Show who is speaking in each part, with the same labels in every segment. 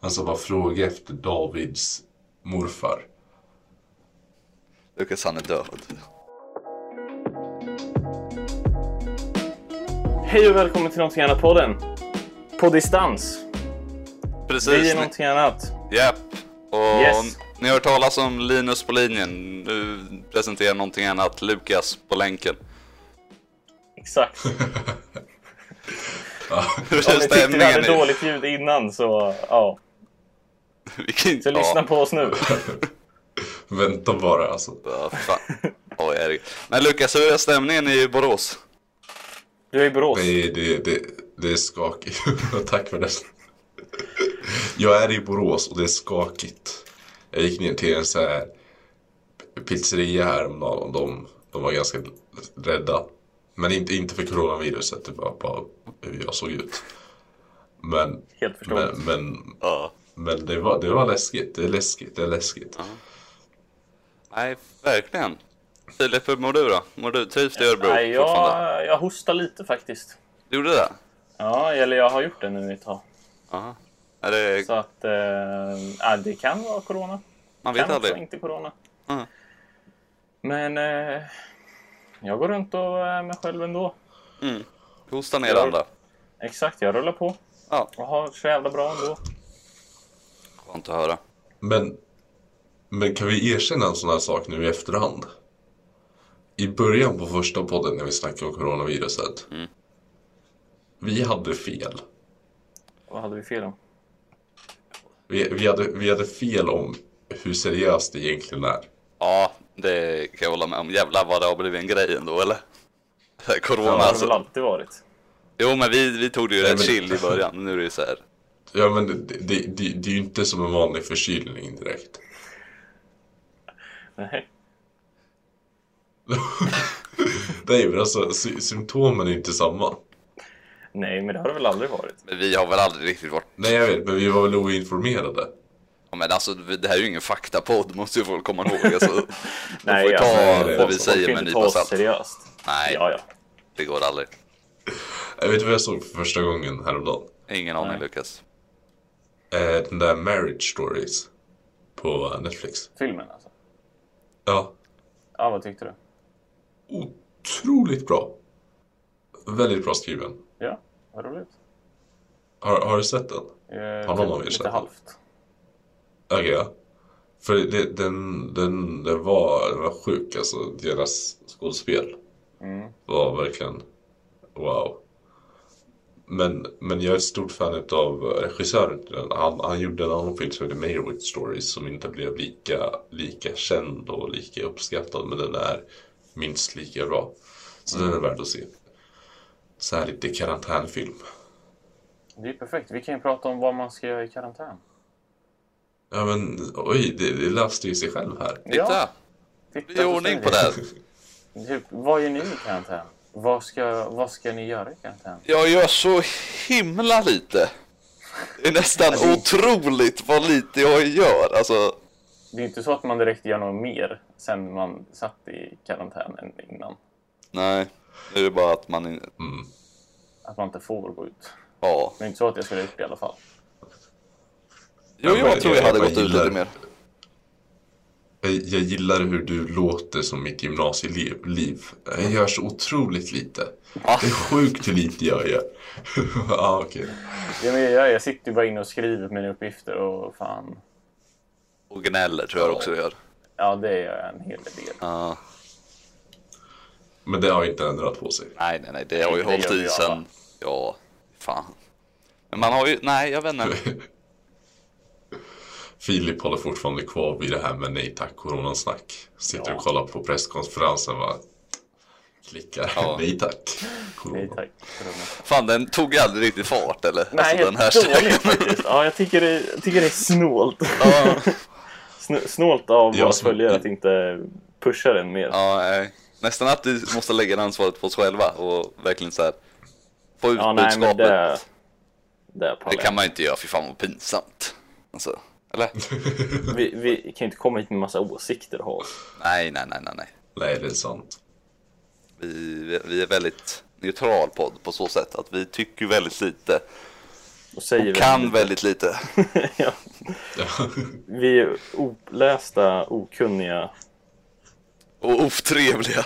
Speaker 1: Alltså bara fråga efter Davids morfar.
Speaker 2: Lukas han är död.
Speaker 3: Hej och välkommen till Någonting Annat-podden. På distans. Vi
Speaker 2: Precis,
Speaker 3: är någonting annat.
Speaker 2: ni- japp. Och
Speaker 3: Yes.
Speaker 2: ni har hört talas om Linus på linjen. Nu presenterar någonting annat. Lukas på länken.
Speaker 3: Exakt.
Speaker 2: Hur
Speaker 3: Om
Speaker 2: känns
Speaker 3: ni tyckte vi
Speaker 2: stämningen?
Speaker 3: hade
Speaker 2: i-
Speaker 3: dåligt ljud innan så ja.
Speaker 2: Vilken-
Speaker 3: Så lyssna
Speaker 2: ja.
Speaker 3: på oss nu.
Speaker 1: Vänta bara alltså.
Speaker 2: Ja, fan. Oj, herregud. Men Lukas, hur är stämningen i Borås?
Speaker 3: Du är i Borås.
Speaker 1: Nej, det, det, det är skakigt. Tack för det. Jag är i Borås och det är skakigt. Jag gick ner till en så här pizzeria häromdagen och de, de var ganska rädda. Men inte, inte för coronaviruset, det var bara hur jag såg ut. Men,
Speaker 3: Helt förståeligt.
Speaker 1: men, men,
Speaker 2: Ja.
Speaker 1: men det, var, det var läskigt, det är läskigt, det är läskigt.
Speaker 2: Nej, verkligen. Filip, hur mår du då? Mår du, trivs du i Örebro
Speaker 3: Nej,
Speaker 2: fortfarande?
Speaker 3: jag, jag hostar lite faktiskt.
Speaker 2: Du gjorde det?
Speaker 3: Ja, eller jag har gjort det nu ett tag.
Speaker 2: Ja. Är det,
Speaker 3: Så att eh, ja, det kan vara corona.
Speaker 2: man vet
Speaker 3: Kan också
Speaker 2: aldrig.
Speaker 3: inte corona.
Speaker 2: Ja.
Speaker 3: Men eh, jag går runt och är mig själv ändå.
Speaker 2: Mm. Hosta ner andra.
Speaker 3: Exakt, jag rullar på
Speaker 2: Ja,
Speaker 3: och har det så jävla bra ändå.
Speaker 2: skönt att höra.
Speaker 1: Men, men kan vi erkänna en sån här sak nu i efterhand? I början på första podden när vi snackade om coronaviruset.
Speaker 2: Mm.
Speaker 1: Vi hade fel.
Speaker 3: Vad hade vi fel om?
Speaker 1: Vi, vi, hade, vi hade fel om hur seriöst det egentligen är.
Speaker 2: Ja, det kan jag hålla med om. Jävlar vad det har blivit en grej ändå, eller? Det här Corona
Speaker 3: Det har det väl
Speaker 2: alltså.
Speaker 3: alltid varit.
Speaker 2: Jo, men vi, vi tog det ju
Speaker 1: Nej,
Speaker 2: rätt
Speaker 1: men-
Speaker 2: chill i början. men Nu är det ju så här.
Speaker 1: Ja men det, det, det, det är ju inte som en vanlig förkylning direkt.
Speaker 3: Nej.
Speaker 1: Nej men alltså sy- symptomen är inte samma.
Speaker 3: Nej, men det har det väl aldrig varit.
Speaker 2: Men vi har väl aldrig riktigt varit...
Speaker 1: Nej jag vet men vi var väl oinformerade.
Speaker 2: Ja, men alltså, vi- det här är ju ingen faktapodd, måste ju folk komma ihåg. Alltså,
Speaker 3: Nej,
Speaker 2: får ju ta
Speaker 3: alltså,
Speaker 1: det
Speaker 3: folk-
Speaker 2: vi
Speaker 3: folk
Speaker 2: säger
Speaker 3: kan
Speaker 2: med
Speaker 3: inte
Speaker 2: en
Speaker 3: ta
Speaker 2: nypa
Speaker 3: oss
Speaker 2: salt.
Speaker 3: seriöst.
Speaker 2: nej,
Speaker 3: Ja, ja.
Speaker 2: det går aldrig.
Speaker 1: Jag vet vad jag såg för första gången häromdagen.
Speaker 2: Ingen aning,
Speaker 3: Nej.
Speaker 2: Lukas.
Speaker 1: Eh, den där Marriage Stories. På Netflix.
Speaker 3: Filmen alltså.
Speaker 1: Ja.
Speaker 3: Ja, vad tyckte du?
Speaker 1: otroligt bra. Väldigt bra skriven.
Speaker 3: Ja, vad roligt.
Speaker 1: Har, har du sett den?
Speaker 3: Eh,
Speaker 1: någon
Speaker 3: typ
Speaker 1: av er sett
Speaker 3: Lite
Speaker 1: den?
Speaker 3: halvt.
Speaker 1: Okej, ja. För det, den, den, den, var, den var sjuk, alltså deras skådespel
Speaker 3: Mm.
Speaker 1: var verkligen wow. Men, men jag är ett stort fan av regissören till den. Han, han gjorde en annan film som heter Meyerwood Stories som inte blev lika, lika känd och lika uppskattad men den är minst lika bra. Så den är värd att se. Så här lite karantänfilm.
Speaker 3: Det är ju perfekt. Vi kan ju prata om vad man ska göra i karantän.
Speaker 1: Ja men oj, det, det löste ju sig själv här.
Speaker 2: Titta!
Speaker 3: Ja, titta
Speaker 2: Vi är i ordning på det
Speaker 3: serien.
Speaker 2: här.
Speaker 3: Typ, vad gör ni i karantän? Vad ska, vad ska ni göra i karantän?
Speaker 2: Jag gör så himla lite. Det är nästan otroligt vad lite jag gör. Alltså,
Speaker 3: Det är ju inte så att man direkt gör något mer sen man satt i karantän än innan.
Speaker 2: nej. Nu är det bara att man... in-
Speaker 1: Mm.
Speaker 3: Att man inte får gå ut.
Speaker 2: Ja.
Speaker 3: Det är inte så att jag skulle ha gjort det i alla fall.
Speaker 2: Jo, jag tror jag hade gått ut
Speaker 1: gillar-
Speaker 2: lite mer.
Speaker 1: Jag, jag gillar hur du låter som mitt gymnasieliv. liv. Jag gör så otroligt lite.
Speaker 2: Ah.
Speaker 1: Det är sjukt hur lite jag gör. ah, okej.
Speaker 3: Ja, men jag, jag sitter ju bara inne och skriver mina uppgifter och fan.
Speaker 2: Och gnäller tror jag också jag gör.
Speaker 3: Ja, det gör jag en hel del.
Speaker 2: Ja.
Speaker 1: Men det har inte ändrat på sig.
Speaker 2: Nej, nej, nej. Det har ju
Speaker 3: det
Speaker 2: hållit
Speaker 3: gör vi
Speaker 2: i sen...
Speaker 3: alla.
Speaker 2: Ja, fan. Men man har ju... Nej, jag vet inte.
Speaker 1: Filip håller fortfarande kvar vid det här med nej tack coronasnack. Sitter
Speaker 3: Ja.
Speaker 1: och kollar på presskonferensen va. Klickar.
Speaker 2: Ja.
Speaker 1: Nej tack. Corona.
Speaker 3: Nej tack. för det.
Speaker 2: Fan, den tog ju aldrig riktigt fart, eller?
Speaker 3: Nej,
Speaker 2: alltså, den här
Speaker 3: helt dåligt
Speaker 2: hashtaggen.
Speaker 3: faktiskt. Ja, jag tycker det, jag tycker det är snålt.
Speaker 2: Ja,
Speaker 3: Sn- Snålt av
Speaker 1: Jag
Speaker 3: våra
Speaker 1: som-
Speaker 3: följare att inte pusha den mer.
Speaker 2: ja, nej. Nästan att vi måste lägga det ansvaret på oss själva och verkligen så här... Få ut
Speaker 3: Ja, nej, men
Speaker 2: budskapet.
Speaker 3: det... Det,
Speaker 2: Det
Speaker 3: pallar jag
Speaker 2: kan man ju inte göra, för fan vad pinsamt. Alltså, eller?
Speaker 3: Vi, vi kan ju inte komma hit med massa åsikter och ha oss.
Speaker 2: Nej, nej, nej, nej, nej.
Speaker 1: Nej det är sant.
Speaker 2: Vi, vi är väldigt neutral podd på så sätt att vi tycker väldigt lite
Speaker 3: Och säger
Speaker 2: Och
Speaker 3: vi-
Speaker 2: kan väldigt lite.
Speaker 3: ja. Vi är olästa, okunniga.
Speaker 2: Och otrevliga.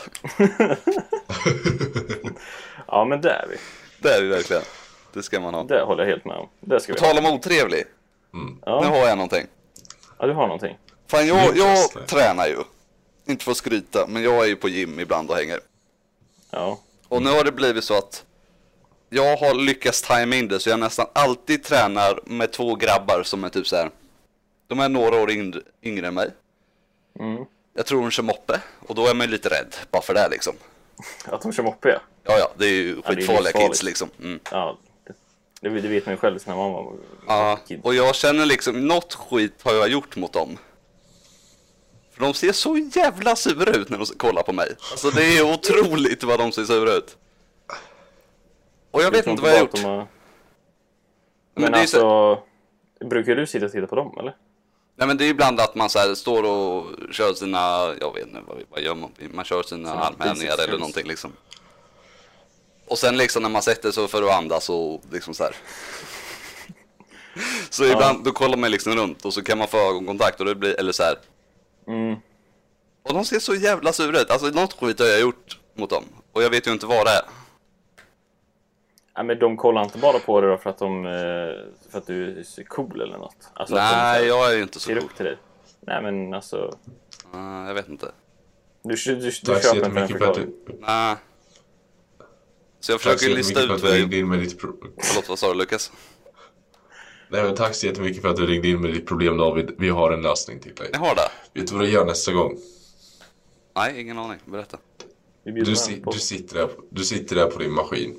Speaker 3: Ja, men det är vi.
Speaker 2: Det är vi verkligen. Det ska man ha.
Speaker 3: Det håller jag helt med om. Det ska vi ha.
Speaker 2: Tala om otrevlig. Nu
Speaker 3: Ja.
Speaker 2: har jag någonting.
Speaker 3: ja, du har någonting.
Speaker 2: Fan, jag, jag
Speaker 1: Newcastle.
Speaker 2: tränar ju. Inte för att skryta, men jag är ju på gym ibland och hänger.
Speaker 3: Ja.
Speaker 2: Och nu har det blivit så att jag har lyckats tajma in det så jag nästan alltid tränar med två grabbar som är typ så här. De är några år yngre, yngre än mig.
Speaker 3: Mm.
Speaker 2: Jag tror de kör moppe och då är man ju lite rädd bara för det liksom.
Speaker 3: Att de kör moppe, ja.
Speaker 2: Ja, ja, det är ju
Speaker 3: det är ju
Speaker 2: skitfarliga
Speaker 3: livsfarligt.
Speaker 2: kids liksom. Mm.
Speaker 3: ja. Det, det vet man ju själv sen när man var
Speaker 2: Ja,
Speaker 3: kid.
Speaker 2: och jag känner liksom något skit har jag gjort mot dem. För de ser så jävla sura ut när de kollar på mig. Alltså det är otroligt vad de ser sura ut. Och jag vet inte vad jag har gjort.
Speaker 3: Men,
Speaker 2: Men
Speaker 3: men
Speaker 2: det är ju
Speaker 3: alltså,
Speaker 2: så-
Speaker 3: brukar du sitta och titta på dem, eller?
Speaker 2: Nej men det är ibland att man så här står och kör sina, jag vet inte vad, vad gör man? Man kör sina armhävningar
Speaker 3: basic
Speaker 2: eller
Speaker 3: skills.
Speaker 2: någonting liksom. Och sen liksom när man sätter sig för att andas och liksom så här. Så ibland då kollar man liksom runt och så kan man få ögonkontakt och det blir, eller så här. Och de ser så jävla sura ut, alltså något skit har jag gjort mot dem. Och jag vet ju inte vad det är.
Speaker 3: Ja, men de kollar inte bara på dig då för att, de, eh, för att du är så cool eller något? Alltså, att de
Speaker 2: Nej,
Speaker 3: så här
Speaker 2: jag är ju inte så
Speaker 3: ser
Speaker 2: cool.
Speaker 3: upp till dig? Nej, men alltså...
Speaker 2: Nej, jag vet inte.
Speaker 3: Du, du, du, du
Speaker 1: Tack så
Speaker 3: köper inte den
Speaker 1: jättemycket för att
Speaker 3: förklaringen.
Speaker 1: du...
Speaker 2: Nej. Så jag
Speaker 1: Tack så
Speaker 2: försöker lista
Speaker 1: jättemycket för att
Speaker 2: ut vad
Speaker 1: du
Speaker 2: jag
Speaker 1: ringde
Speaker 2: gjort.
Speaker 1: in med ditt pro-
Speaker 2: Förlåt, vad sa du Lukas?
Speaker 1: Nej, men tack så jättemycket för att du ringde in med ditt problem David. Vi har en lösning till dig.
Speaker 2: Ni har det?
Speaker 1: Vet du vad du gör nästa gång?
Speaker 2: Nej, ingen aning. Berätta.
Speaker 3: Vi bjuder
Speaker 1: Du,
Speaker 3: med
Speaker 1: si-
Speaker 3: på-
Speaker 1: du, sitter, där, du sitter där på din maskin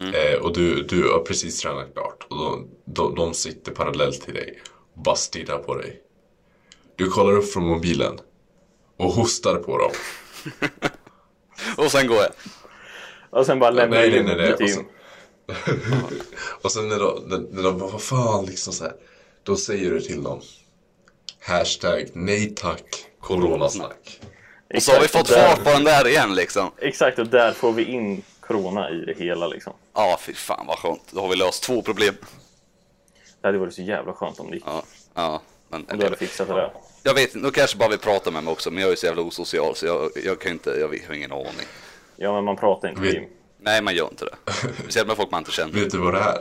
Speaker 1: eh, och du, du har precis tränat klart och de, de, de sitter parallellt till dig och bara stirrar på dig. Du kollar upp från mobilen och hostar på dem.
Speaker 2: Och sen går jag.
Speaker 3: Och sen bara lämnar
Speaker 1: Nej,
Speaker 3: du
Speaker 1: nej,
Speaker 3: in
Speaker 1: nej.
Speaker 3: ditt
Speaker 1: nej. Och,
Speaker 3: gym.
Speaker 1: sen, och sen när de, när, när de bara, vad fan, liksom så här. Då säger du till dem. Hashtag nej tack, coronasnack.
Speaker 2: Och så har vi fått
Speaker 3: där,
Speaker 2: fart på den där igen liksom.
Speaker 3: Exakt, och där får vi in corona i det hela liksom.
Speaker 2: Ja, fy fan vad skönt. Då har vi löst två problem.
Speaker 3: Det hade varit så jävla skönt om det gick.
Speaker 2: Ja, ja. Men
Speaker 3: Om du hade fixat det där.
Speaker 2: jag vet inte, nu kanske bara vi pratar med mig också, men jag är så jävla osocial så jag, jag kan inte, jag vet- jag har ingen aning.
Speaker 3: Ja, men man pratar inte
Speaker 1: Vi-
Speaker 3: gym.
Speaker 2: Nej, man gör inte det. Speciellt med folk man inte känner.
Speaker 1: Vet du vad det är?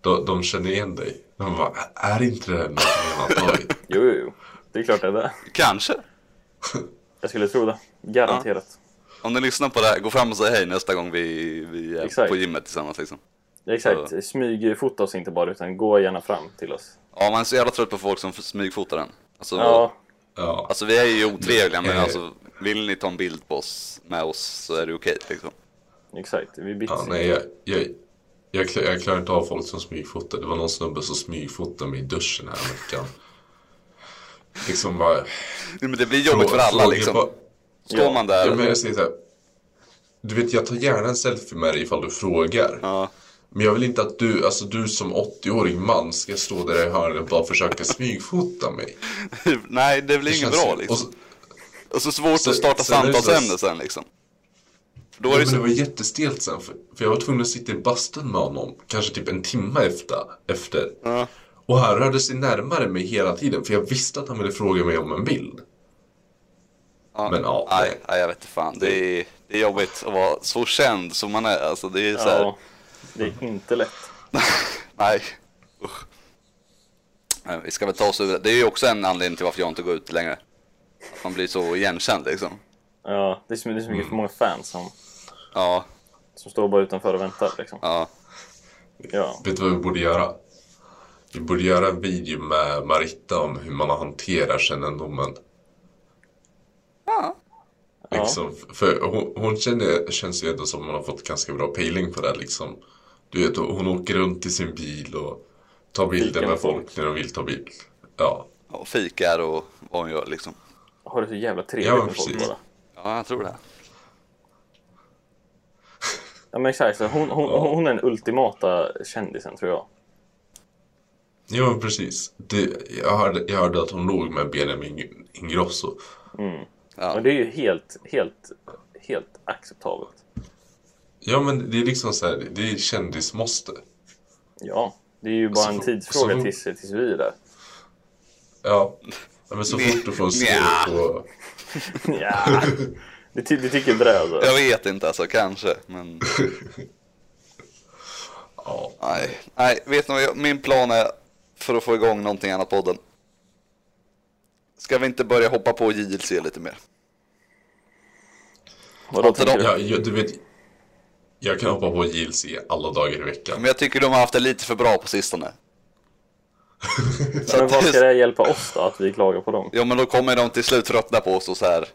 Speaker 1: De, de känner igen dig. De bara, är inte det här något vi redan tagit?
Speaker 3: Jo, jo, jo. Det är klart det är det.
Speaker 2: Kanske.
Speaker 3: Jag skulle tro det. Garanterat.
Speaker 2: Om ni lyssnar på det här, gå fram och säg hej nästa gång vi, vi är
Speaker 3: Exakt.
Speaker 2: på gymmet tillsammans liksom.
Speaker 3: Exakt. Smygfota oss inte bara, utan gå gärna fram till oss.
Speaker 2: Ja, man är så jävla trött på folk som smygfotar en. Alltså,
Speaker 3: Ja,
Speaker 1: Ja.
Speaker 2: alltså vi är ju otrevliga, men
Speaker 1: Eh.
Speaker 2: alltså vill ni ta en bild på oss, med oss så är det okej liksom.
Speaker 3: exakt. Vi byts.
Speaker 1: Ja, nej, jag, jag, jag, klar- jag klarar inte av folk som smygfotar. Det var någon snubbe som smygfotade mig i duschen här veckan. Liksom bara...
Speaker 2: Nej, men det blir jobbigt för alla
Speaker 1: frågar
Speaker 2: liksom.
Speaker 1: bara-
Speaker 2: Står
Speaker 3: Ja.
Speaker 2: man
Speaker 1: Ja, men
Speaker 2: där.
Speaker 1: jag säger så här, Du vet, jag tar gärna en selfie med dig ifall du frågar.
Speaker 2: Ja.
Speaker 1: Men jag vill inte att du, alltså du som 80-årig man ska stå där i hörnet och bara försöka smygfota mig.
Speaker 2: Nej, det blir inget
Speaker 1: Känns-
Speaker 2: bra
Speaker 1: och
Speaker 2: liksom.
Speaker 1: så-
Speaker 2: Och så svårt
Speaker 1: så-
Speaker 2: att starta
Speaker 1: sen är det så-
Speaker 2: samtalsämne sen liksom. Då
Speaker 1: Ja,
Speaker 2: är det
Speaker 1: men det
Speaker 2: så...
Speaker 1: var jättestelt sen, för, för jag var tvungen att sitta i bastun med honom, kanske typ en timme efter. efter.
Speaker 2: Ja.
Speaker 1: Och han rörde sig närmare mig hela tiden, för jag visste att han ville fråga mig om en bild.
Speaker 2: Ja.
Speaker 1: Men ja,
Speaker 2: Nej,
Speaker 1: nej.
Speaker 2: nej, jag vet inte fan. Det är, det är jobbigt att vara så känd som man är. Alltså det är så här...
Speaker 3: Ja, det är inte lätt.
Speaker 2: Nej. Usch. Nej, Vi ska väl ta oss ur det. Det är ju också en anledning till varför jag inte går ut längre. Att man blir så igenkänd liksom.
Speaker 3: Ja, det är så det är så mycket för många fans som,
Speaker 2: Ja,
Speaker 3: som står bara utanför och väntar liksom.
Speaker 2: ja.
Speaker 3: Ja.
Speaker 1: Vet du vad vi borde göra? Vi borde göra en video med Maritta om hur man hanterar kännedomen.
Speaker 3: Ja.
Speaker 1: Liksom, för hon, hon känner, känns ju ändå som hon har fått ganska bra peiling på det här, liksom. Du vet, hon åker runt i sin bil och tar bilder
Speaker 3: Fikar
Speaker 1: med
Speaker 3: med folk.
Speaker 1: folk när de vill ta bild. Ja.
Speaker 2: Och fikar och vad hon gör liksom.
Speaker 3: Har det så jävla trevligt
Speaker 1: Ja, men
Speaker 3: med folk
Speaker 1: precis.
Speaker 3: bara.
Speaker 2: Ja, jag tror det.
Speaker 3: Ja men exakt, så hon, hon, hon är den ultimata kändisen tror jag.
Speaker 1: Jo, men precis. Det, jag, hörde, jag hörde att hon låg med Benjamin Ingrosso.
Speaker 2: Ja.
Speaker 3: Och det är ju helt, helt, helt acceptabelt.
Speaker 1: Ja, men det är liksom så här, det är kändismåste.
Speaker 3: Ja, Det är ju bara
Speaker 1: Så
Speaker 3: en
Speaker 1: fort-
Speaker 3: tidsfråga
Speaker 1: så fort-
Speaker 3: tills, tills vi är där.
Speaker 1: Ja. Ja, Men så
Speaker 2: Nej.
Speaker 1: fort du får se
Speaker 2: Nja.
Speaker 1: på...
Speaker 3: Ja. Det, ty- det tycker inte det alltså.
Speaker 2: Jag vet inte alltså, kanske. Men
Speaker 1: Ja.
Speaker 2: nej. Nej, vet ni vad jag, min plan är för att få igång någonting annat på podden? Ska vi inte börja hoppa på JLC lite mer?
Speaker 3: Vadå
Speaker 2: Inte
Speaker 3: tänker
Speaker 2: de-
Speaker 3: du?
Speaker 1: Ja, jag, du vet. Jag kan hoppa på JLC alla dagar i
Speaker 2: Men
Speaker 1: veckan.
Speaker 2: jag tycker de har haft det lite för bra på sistone. Så
Speaker 3: Men
Speaker 2: att
Speaker 3: vad ska
Speaker 2: det,
Speaker 3: det hjälpa oss då, att vi klagar på dem?
Speaker 2: ja men då kommer de till slut tröttna på oss och så här.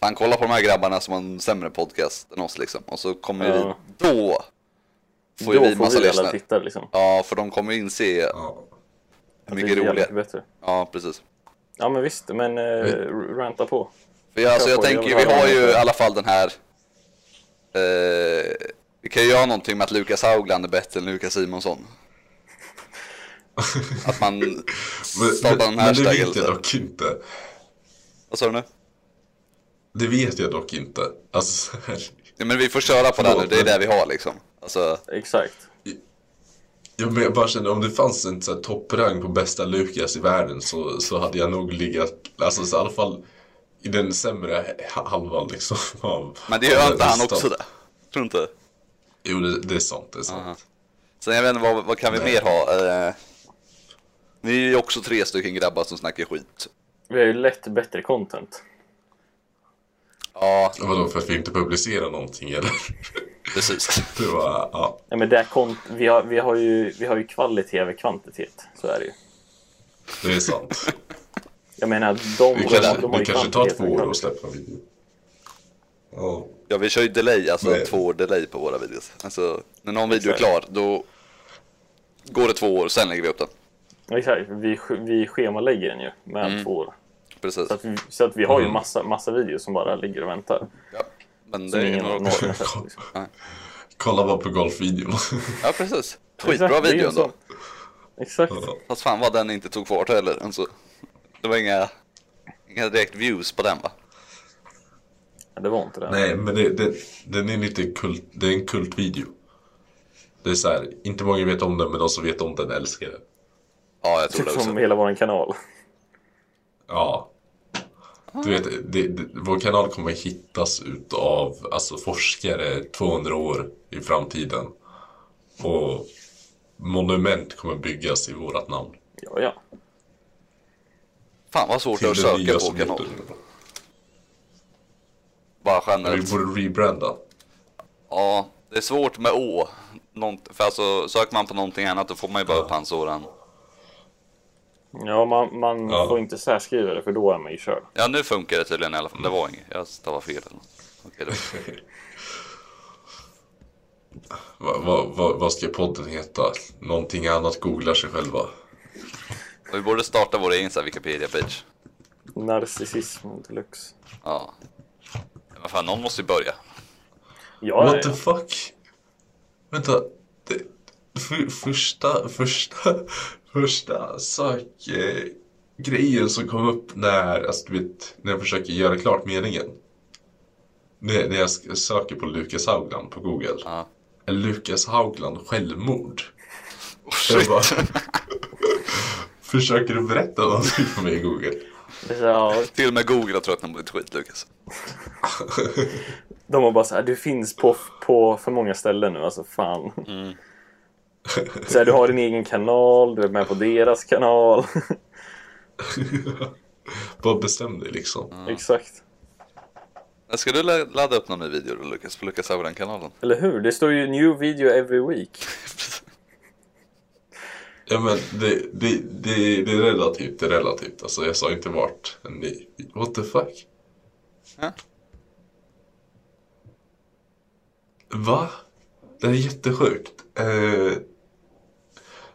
Speaker 2: Fan kolla på de här grabbarna som har en sämre podcast än oss liksom. Och så kommer ju
Speaker 3: Ja.
Speaker 2: vi, då får ju
Speaker 3: Då
Speaker 2: vi massa
Speaker 3: får vi alla
Speaker 2: lyssnare.
Speaker 3: tittare liksom.
Speaker 2: Ja, för de kommer ju inse
Speaker 1: Ja.
Speaker 2: hur
Speaker 3: Det är
Speaker 2: mycket
Speaker 3: så jävla
Speaker 2: roligare.
Speaker 3: mycket bättre.
Speaker 2: Ja, precis.
Speaker 3: Ja men visst, men eh,
Speaker 1: Vi-
Speaker 3: ranta på.
Speaker 2: För jag, alltså, jag
Speaker 3: Jag får- jag
Speaker 2: tänker, vi
Speaker 3: vill höra
Speaker 2: har
Speaker 3: om
Speaker 2: ju
Speaker 3: det.
Speaker 2: i alla fall den här... Eh, vi kan ju göra någonting med att Lukas Haugland är bättre än Lukas Simonsson. Att man
Speaker 1: Men,
Speaker 2: startar
Speaker 1: men,
Speaker 2: en
Speaker 1: men det
Speaker 2: hashtag
Speaker 1: vet
Speaker 2: eller
Speaker 1: jag
Speaker 2: så.
Speaker 1: dock inte.
Speaker 2: Vad sa du nu?
Speaker 1: Det vet jag dock inte. Alltså, så här.
Speaker 2: Ja, men vi får köra på det här nu, det är det vi har liksom. Alltså,
Speaker 3: Exakt.
Speaker 1: Ja, men jag bara känner, om det fanns en så här topprang på bästa Lukas i världen så, så hade jag nog legat, alltså så i alla fall i den sämre halvan liksom. Av,
Speaker 2: men det
Speaker 1: av
Speaker 2: gör
Speaker 1: den
Speaker 2: inte han
Speaker 1: listan.
Speaker 2: också det. Tror inte.
Speaker 1: Jo, det, det är sant, det är sant.
Speaker 2: Aha. Sen jag vet inte, vad, vad kan vi
Speaker 1: Nej.
Speaker 2: mer ha? Eh, vi är ju också tre stycken grabbar som snackar skit.
Speaker 3: Vi har ju lätt bättre content.
Speaker 2: Ja,
Speaker 1: Vadå, för att vi inte publicerar någonting eller?
Speaker 2: precis.
Speaker 1: Det var, ja.
Speaker 3: Ja, men det är kont- vi, har, vi, har ju, vi har ju kvalitet över kvantitet. Så är det ju.
Speaker 1: Det är sant.
Speaker 3: Jag menar, de,
Speaker 1: Vi
Speaker 3: de,
Speaker 1: kanske,
Speaker 3: de har ju
Speaker 1: vi kanske tar
Speaker 3: kvantitet
Speaker 1: två
Speaker 3: över
Speaker 1: år och
Speaker 3: kvalitet.
Speaker 1: släpper en video. Ja.
Speaker 2: Ja vi kör ju delay, alltså
Speaker 1: Nej.
Speaker 2: två år delay på våra videos. Alltså när någon video är klar då går det två år, sen lägger vi upp den.
Speaker 3: Exakt, vi, sch- vi schemalägger den ju med två år.
Speaker 2: Precis.
Speaker 3: Så att vi, så att vi har ju
Speaker 1: Mm.
Speaker 3: massa, massa videos som bara ligger och väntar.
Speaker 2: Ja. Men det
Speaker 3: Som
Speaker 2: är ju
Speaker 3: ingen
Speaker 2: några...
Speaker 3: har någon har sett. Liksom.
Speaker 1: Kolla bara på golfvideon.
Speaker 2: Ja precis. Skitbra
Speaker 3: Exakt, det är ju
Speaker 2: video
Speaker 3: så.
Speaker 2: ändå.
Speaker 3: Exakt.
Speaker 2: Fast fan vad den inte tog fart heller. Alltså, det var inga, inga direkt views på den va?
Speaker 3: Ja, det var inte det.
Speaker 1: Nej, men det, det, den är lite kult, det är en kultvideo. Det är så här, inte många vet om den, men de som vet om den älskar den.
Speaker 2: Ja jag tror
Speaker 3: typ
Speaker 2: det
Speaker 3: som
Speaker 2: också.
Speaker 3: hela vår kanal.
Speaker 1: Ja. Du vet, det, det, vår kanal kommer hittas utav alltså, forskare 200 år i framtiden. Och monument kommer byggas i vårat namn.
Speaker 3: Ja, ja.
Speaker 2: Fan vad svårt det är att
Speaker 1: den
Speaker 2: söka på
Speaker 1: som
Speaker 2: kanal.
Speaker 1: heter det.
Speaker 2: Bara
Speaker 1: Vi
Speaker 2: generellt.
Speaker 1: borde rebranda.
Speaker 2: Ja, det är svårt med å. Nånt- för alltså söker man på någonting annat då får man ju bara upp hans åran.
Speaker 3: Ja, man, man
Speaker 1: Ja.
Speaker 3: får inte särskriva det för då är man ju körd.
Speaker 2: Ja nu funkar det tydligen i alla fall. Det var inget, jag stavade fel eller något. Okej, det var-
Speaker 1: Va, va, va, vad ska podden heta? Någonting annat googlar sig själva.
Speaker 2: Och Vi borde starta vår egen så här Wikipedia-page.
Speaker 3: Narcissism deluxe.
Speaker 2: Ja. Men fan, någon måste ju börja.
Speaker 3: Ja,
Speaker 1: What
Speaker 3: ja,
Speaker 1: the fuck? Vänta. Det, för, första, första, första sak, eh, grejen som kom upp när, alltså, du vet, när jag försöker göra klart meningen. När, när jag sk- söker på Lukas Haugland på Google.
Speaker 2: Ja.
Speaker 1: Är Lukas Haugland självmord?
Speaker 2: Oh,
Speaker 1: Jag bara, försöker du berätta någonting för mig Google?
Speaker 3: det är så här, ja,
Speaker 2: Till och med Google har tröttnat på ditt skit, Lukas.
Speaker 3: De var bara så här, du finns på, på för många ställen nu, alltså fan.
Speaker 2: Mm.
Speaker 3: Så här, du har din egen kanal, du är med på deras kanal.
Speaker 1: Bara bestäm dig liksom.
Speaker 2: Mm.
Speaker 3: Exakt.
Speaker 2: Ska du la- ladda upp någon ny video då, Lukas? På Lukas Hauran-kanalen?
Speaker 3: Eller hur? Det står ju new video every week.
Speaker 1: Ja men det, det, det, det är relativt, det är relativt. Alltså jag sa inte vart. en ny- What the fuck?
Speaker 2: Ja.
Speaker 1: Va? Det här är jättesjukt. Eh,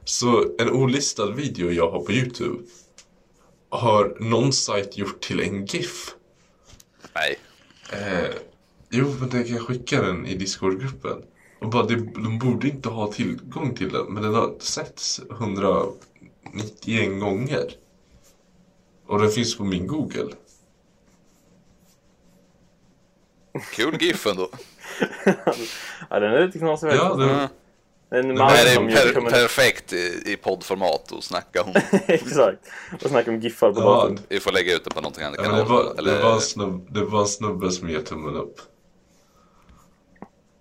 Speaker 1: så en olistad video jag har på Youtube har någon sajt gjort till en GIF.
Speaker 2: Nej.
Speaker 1: Eh, jo, men jag kan skicka den i Discord-gruppen. Och bara, det, de borde inte ha tillgång till den, men den har setts 191 gånger. Och den finns på min Google.
Speaker 2: Kul GIF ändå.
Speaker 3: Ja, den är lite knasig.
Speaker 1: Ja,
Speaker 3: verkligen.
Speaker 1: den,
Speaker 2: Mm.
Speaker 3: En man
Speaker 2: Nej, det
Speaker 3: som
Speaker 2: är per,
Speaker 1: Mm.
Speaker 3: kommer-
Speaker 2: perfekt i, i poddformat att snacka om.
Speaker 3: Exakt. Och snacka om giffar på
Speaker 1: Ja,
Speaker 3: datorn.
Speaker 2: Vi får lägga ut det på någonting annat
Speaker 1: Ja, men det, var,
Speaker 2: eller,
Speaker 1: det, var en snubbe, det var en snubbe som ger tummen upp.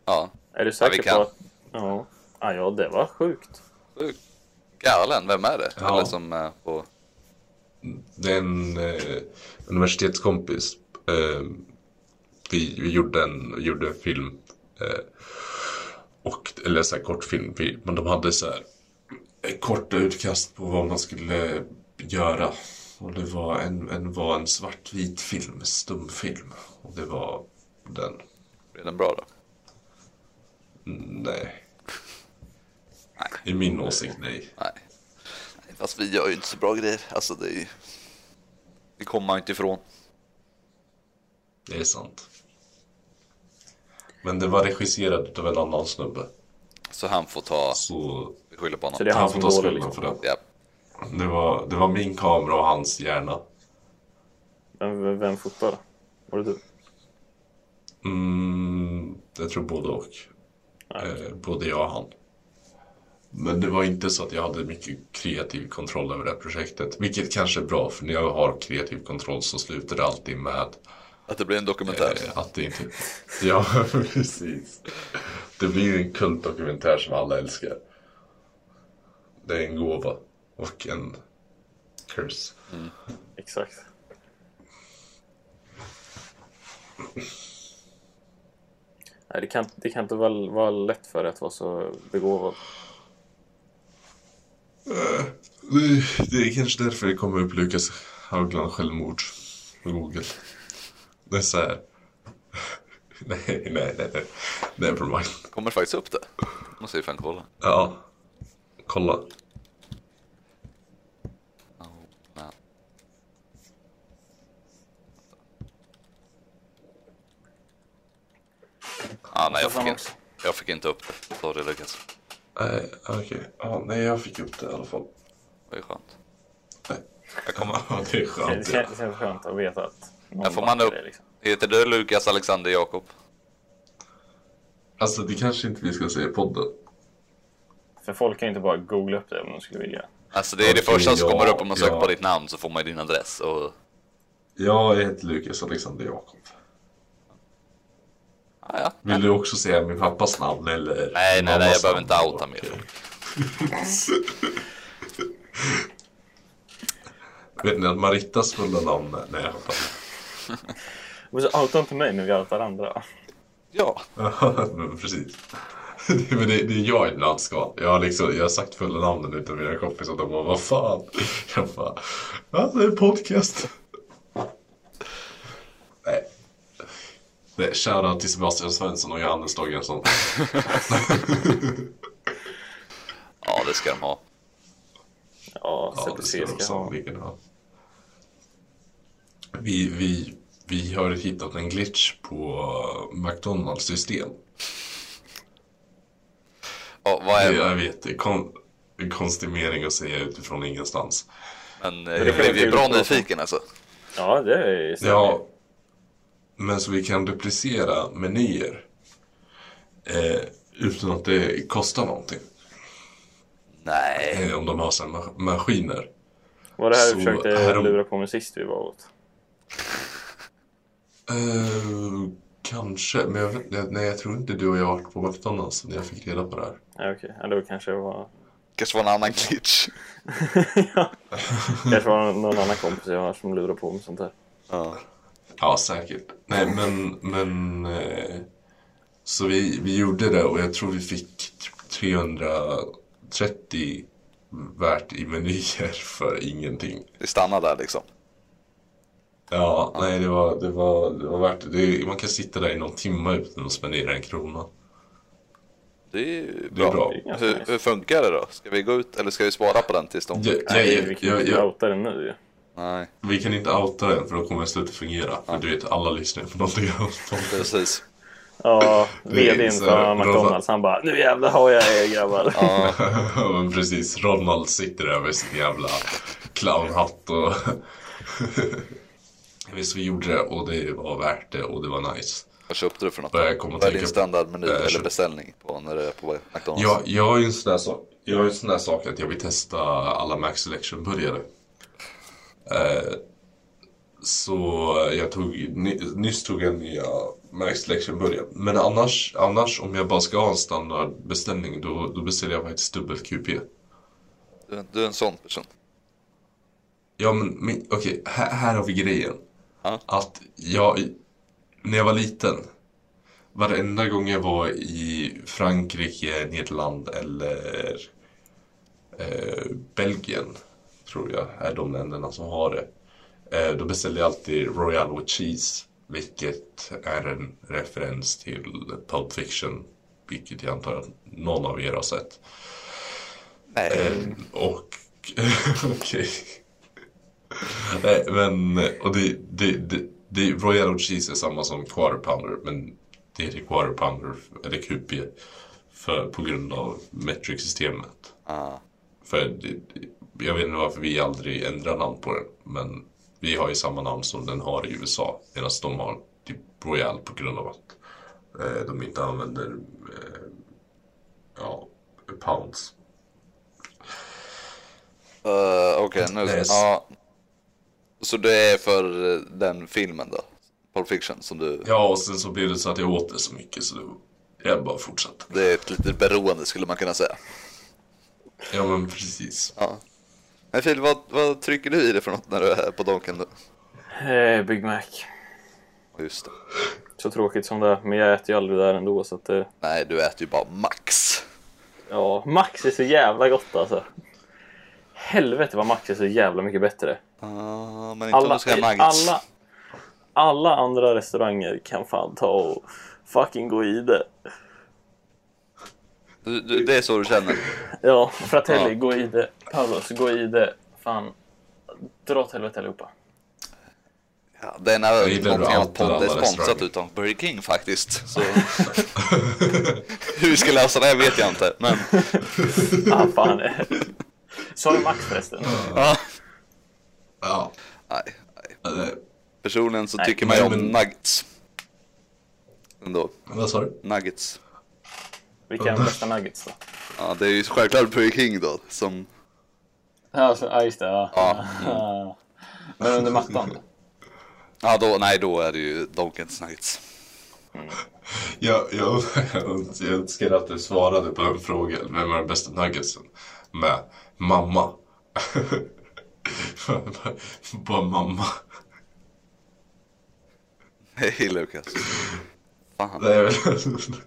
Speaker 2: Ja.
Speaker 3: Är du
Speaker 2: vi
Speaker 3: säker
Speaker 2: kan.
Speaker 3: på att... Ja. Ah, ja, det var sjukt.
Speaker 2: Sjukt. Galen, vem är det?
Speaker 1: Ja.
Speaker 2: Eller som eh, på...
Speaker 1: Det är en eh, universitetskompis. Eh, vi, vi gjorde en, gjorde en film. Eh, och, eller så här kortfilm. Vi, men de hade så här eh, korta utkast på vad man skulle göra. Och det var en, en, var en svartvit film, stumfilm. Och det var den.
Speaker 2: Blir den bra då?
Speaker 1: Nej. I min åsikt, nej.
Speaker 2: Nej. Nej, Fast vi gör ju inte så bra grejer. Alltså det är ju... Det kommer man ju inte ifrån.
Speaker 1: Det är sant. Men det var regisserat av en annan snubbe.
Speaker 2: Så han får ta...
Speaker 1: Så
Speaker 2: Vi skyller på honom.
Speaker 3: Så det är han
Speaker 1: han får
Speaker 3: som
Speaker 1: ta
Speaker 3: dålig
Speaker 1: skulden för
Speaker 3: liksom.
Speaker 1: det.
Speaker 2: Ja.
Speaker 1: Det var, det var min kamera och hans hjärna.
Speaker 3: Vem, vem- vem fotar? Var det du?
Speaker 1: Mm, jag tror både och. Eh, både jag och han. Men det var inte så att jag hade mycket kreativ kontroll över det här projektet. Vilket kanske är bra, för när jag har kreativ kontroll så slutar det alltid med
Speaker 2: Att det blir en dokumentär.
Speaker 1: eh, att det inte... Ja, precis. Det blir ju en kultdokumentär som alla älskar. Det är en gåva och en curse.
Speaker 3: Exakt. Nej, det kan, det kan inte vara, vara lätt för dig att vara så begåvad.
Speaker 1: Det, Eh, det är kanske därför det kommer upp Lukas Haugland självmord på Google. Det är så här. Nej, nej, nej, nej. Never mind.
Speaker 2: Kommer det faktiskt upp det? Måste vi fan kolla.
Speaker 1: Ja. Kolla.
Speaker 2: Oh, nej. Ah, nej, jag fick, inte- jag fick inte upp det. Sorry Lukas.
Speaker 1: Nej, okej. Ja, nej, jag fick upp det i alla fall.
Speaker 2: Det är skönt.
Speaker 1: Nej.
Speaker 2: Jag kommer.
Speaker 1: Ja, det är
Speaker 3: Det
Speaker 1: skönt. Ja.
Speaker 3: känns, det känns skönt att veta att någon
Speaker 2: Här får man
Speaker 3: backar
Speaker 2: upp.
Speaker 3: dig, liksom.
Speaker 2: Heter du Lukas Alexander Jakob?
Speaker 1: Alltså, det kanske inte vi ska säga i podden.
Speaker 3: För folk kan ju inte bara googla upp det om de skulle vilja.
Speaker 2: Alltså det är det
Speaker 1: Okej,
Speaker 2: första som
Speaker 1: ja,
Speaker 2: kommer upp om man söker
Speaker 1: ja.
Speaker 2: på ditt namn så får man ju din adress och...
Speaker 1: Ja, jag heter Lukas Alexander Jakob.
Speaker 2: Ah, ja.
Speaker 1: Vill du också säga min pappas namn eller?
Speaker 2: Nej,
Speaker 1: min
Speaker 2: nej, nej, jag
Speaker 1: mammas
Speaker 2: behöver
Speaker 1: namn?
Speaker 2: inte outa mer.
Speaker 1: Okej. Vet ni att Marittas fulla namn är... Nej, jag hoppar.
Speaker 3: Men så outa inte mig när vi outar andra.
Speaker 2: Ja.
Speaker 1: Ja, men precis. Det, men det, det är jag ibland ska. Jag har, liksom, jag har sagt fulla namnen utav mina kompisar och de bara vad fan. Jag bara, ja det är en podcast. Nej. Det är shoutout till Sebastian Svensson och Johannes Danielsson.
Speaker 2: Ja, det ska de ha.
Speaker 3: Ja,
Speaker 1: Ja, det ska
Speaker 3: CPC
Speaker 1: de
Speaker 3: ska ha.
Speaker 1: sannoliken ha. Vi, vi, vi har hittat en glitch på McDonalds system.
Speaker 2: Ja, vad är...
Speaker 1: Jag vet, det är kon, en konstig mening att säga utifrån ingenstans.
Speaker 2: Men eh,
Speaker 3: det
Speaker 2: jag
Speaker 3: kan jag
Speaker 2: blev ju
Speaker 3: inte
Speaker 2: bra
Speaker 3: utlova.
Speaker 2: nyfiken alltså.
Speaker 3: Ja, det är ju
Speaker 1: Ja, men så vi kan duplicera menyer eh, utan att det kostar någonting.
Speaker 2: Nej.
Speaker 1: Eh, om de har samma maskiner.
Speaker 3: Var det här
Speaker 1: Så
Speaker 3: vi försökte
Speaker 1: härom-
Speaker 3: lura på mig sist vi var åt?
Speaker 1: Eh, kanske, men jag, vet, nej, jag tror inte du och jag har varit på McDonalds när jag fick reda på det här.
Speaker 3: Ja, okej. Ja, då kanske det var...
Speaker 2: Kanske var en annan glitch.
Speaker 3: ja. kanske var någon annan kompis jag har som lurar på mig sånt där.
Speaker 2: Ja.
Speaker 1: Ja, säkert. Nej, men... men eh, så vi, vi gjorde det och jag tror vi fick typ 330 värt i menyer för ingenting.
Speaker 2: Det stannar där liksom.
Speaker 1: Ja, nej, det var, det var, det var värt det. det. Man kan sitta där i någon timme utan att spendera en krona.
Speaker 2: Det är ju
Speaker 1: Det är
Speaker 2: bra.
Speaker 1: bra.
Speaker 3: Ja,
Speaker 2: Hur, hur funkar det då? Ska vi gå ut eller ska vi spara på den tills de...
Speaker 1: Jag, jag,
Speaker 3: Nej, vi
Speaker 1: jag,
Speaker 3: kan ju
Speaker 1: jag,
Speaker 3: inte
Speaker 1: jag,
Speaker 3: outa den nu ju.
Speaker 2: Nej,
Speaker 1: vi kan inte outa den för då kommer jag sluta fungera. För du vet, alla lyssnar på någonting annat.
Speaker 2: precis.
Speaker 3: Ja,
Speaker 1: Det är
Speaker 3: vdn
Speaker 1: så här,
Speaker 3: för McDonalds han bara Nu jävlar har jag er grabbar.
Speaker 2: Ja,
Speaker 1: Ja, men precis. Ronald sitter där med sin jävla clownhatt och... Visst, vi gjorde det och det var värt det och det var nice.
Speaker 2: Vad köpte du för något?
Speaker 1: Vad jag kommer att
Speaker 2: Vad är
Speaker 1: tänka
Speaker 2: din
Speaker 1: på?
Speaker 2: standardmeny
Speaker 1: Jag
Speaker 2: eller
Speaker 1: köpte-
Speaker 2: beställning på när du är på McDonalds?
Speaker 1: Jag, jag har ju en sån där sak. Jag har ju en sån där sak att jag vill testa alla Max Selection-burgare. Eh, så jag tog, ny, nyss tog jag nya Max Selection-burgare. Men annars, annars, om jag bara ska ha en standardbeställning då, då beställer jag faktiskt dubbel QP.
Speaker 2: Du, du är en sån person.
Speaker 1: Ja men, men okej, här, här har vi grejen.
Speaker 2: Ja.
Speaker 1: Att jag, när jag var liten, varenda gång jag var i Frankrike, Nederland eller eh, Belgien, tror jag är de länderna som har det. Eh, då beställde jag alltid Royal with Cheese, vilket är en referens till Pulp Fiction, vilket jag antar att någon av er har sett.
Speaker 2: Nej.
Speaker 1: Eh, och okej. Nej, men och det, det, det, det Royal Old Cheese är samma som Quarter Pounder men det heter Quarter Pounder eller QP för, på grund av metric-systemet.
Speaker 2: Ah.
Speaker 1: För det, det- jag vet inte varför vi aldrig ändrar namn på den men vi har ju samma namn som den har i USA medan de har typ Royal på grund av att eh, de inte använder eh, ja, pounds.
Speaker 2: Eh, Okej, nu
Speaker 1: Yes.
Speaker 2: ja. Så det är för eh, den filmen då? Pulp Fiction som du...
Speaker 1: Ja, och sen så blev det så att jag åt det så mycket så det, jag bara fortsatte.
Speaker 2: Det är ett litet beroende skulle man kunna säga.
Speaker 1: Ja, men precis.
Speaker 2: Ja. Men Filip, vad, vad trycker du i dig för något när du är på Donken då?
Speaker 3: Eh, Big Mac.
Speaker 2: Ja, Just det.
Speaker 3: Så tråkigt som det är, men jag äter ju aldrig där ändå så att eh,
Speaker 2: Nej, du äter ju bara max.
Speaker 3: Ja, Max är så jävla gott alltså. Helvete vad Max är så jävla mycket bättre.
Speaker 2: Ah, men inte om
Speaker 3: Alla,
Speaker 2: du ska ha nuggets.
Speaker 3: alla, alla andra restauranger kan fan ta och fucking gå i det.
Speaker 2: Du, du, det är så du känner.
Speaker 3: Ja, Fratelli,
Speaker 2: Ja.
Speaker 3: gå i det. Paulus, gå i det. Fan, dra åt helvete allihopa.
Speaker 2: Ja, denna
Speaker 1: gillar
Speaker 2: någonting
Speaker 1: du
Speaker 2: annat
Speaker 1: alltid
Speaker 2: podd är
Speaker 1: alla
Speaker 2: sponsrat
Speaker 1: restauranger.
Speaker 2: utav Burger King faktiskt. Så. Hur vi ska lösa det här vet jag inte. Men
Speaker 3: Ah, fan. Sa du Max förresten?
Speaker 2: ja.
Speaker 1: Ja. Eh,
Speaker 2: nej,
Speaker 1: Eller,
Speaker 2: personligen så
Speaker 3: Nej,
Speaker 2: tycker man ju om
Speaker 1: men-
Speaker 2: nuggets. Ändå,
Speaker 1: vad sa du?
Speaker 2: nuggets.
Speaker 3: Vilka är de bästa nuggets då?
Speaker 2: Ja, det är ju självklart Burger King då. Som,
Speaker 3: Ja, så- ja, just det. Ja.
Speaker 2: ja.
Speaker 3: Men under mattan då?
Speaker 2: ja då, nej, då är det ju Donkens nuggets.
Speaker 1: Jag, jag, jag önskar att du svarade på den frågan. Vem är den bästa nuggetsen? Med mamma. Bara mamma.
Speaker 2: Hej Lukas. Fan,
Speaker 1: Nej, men-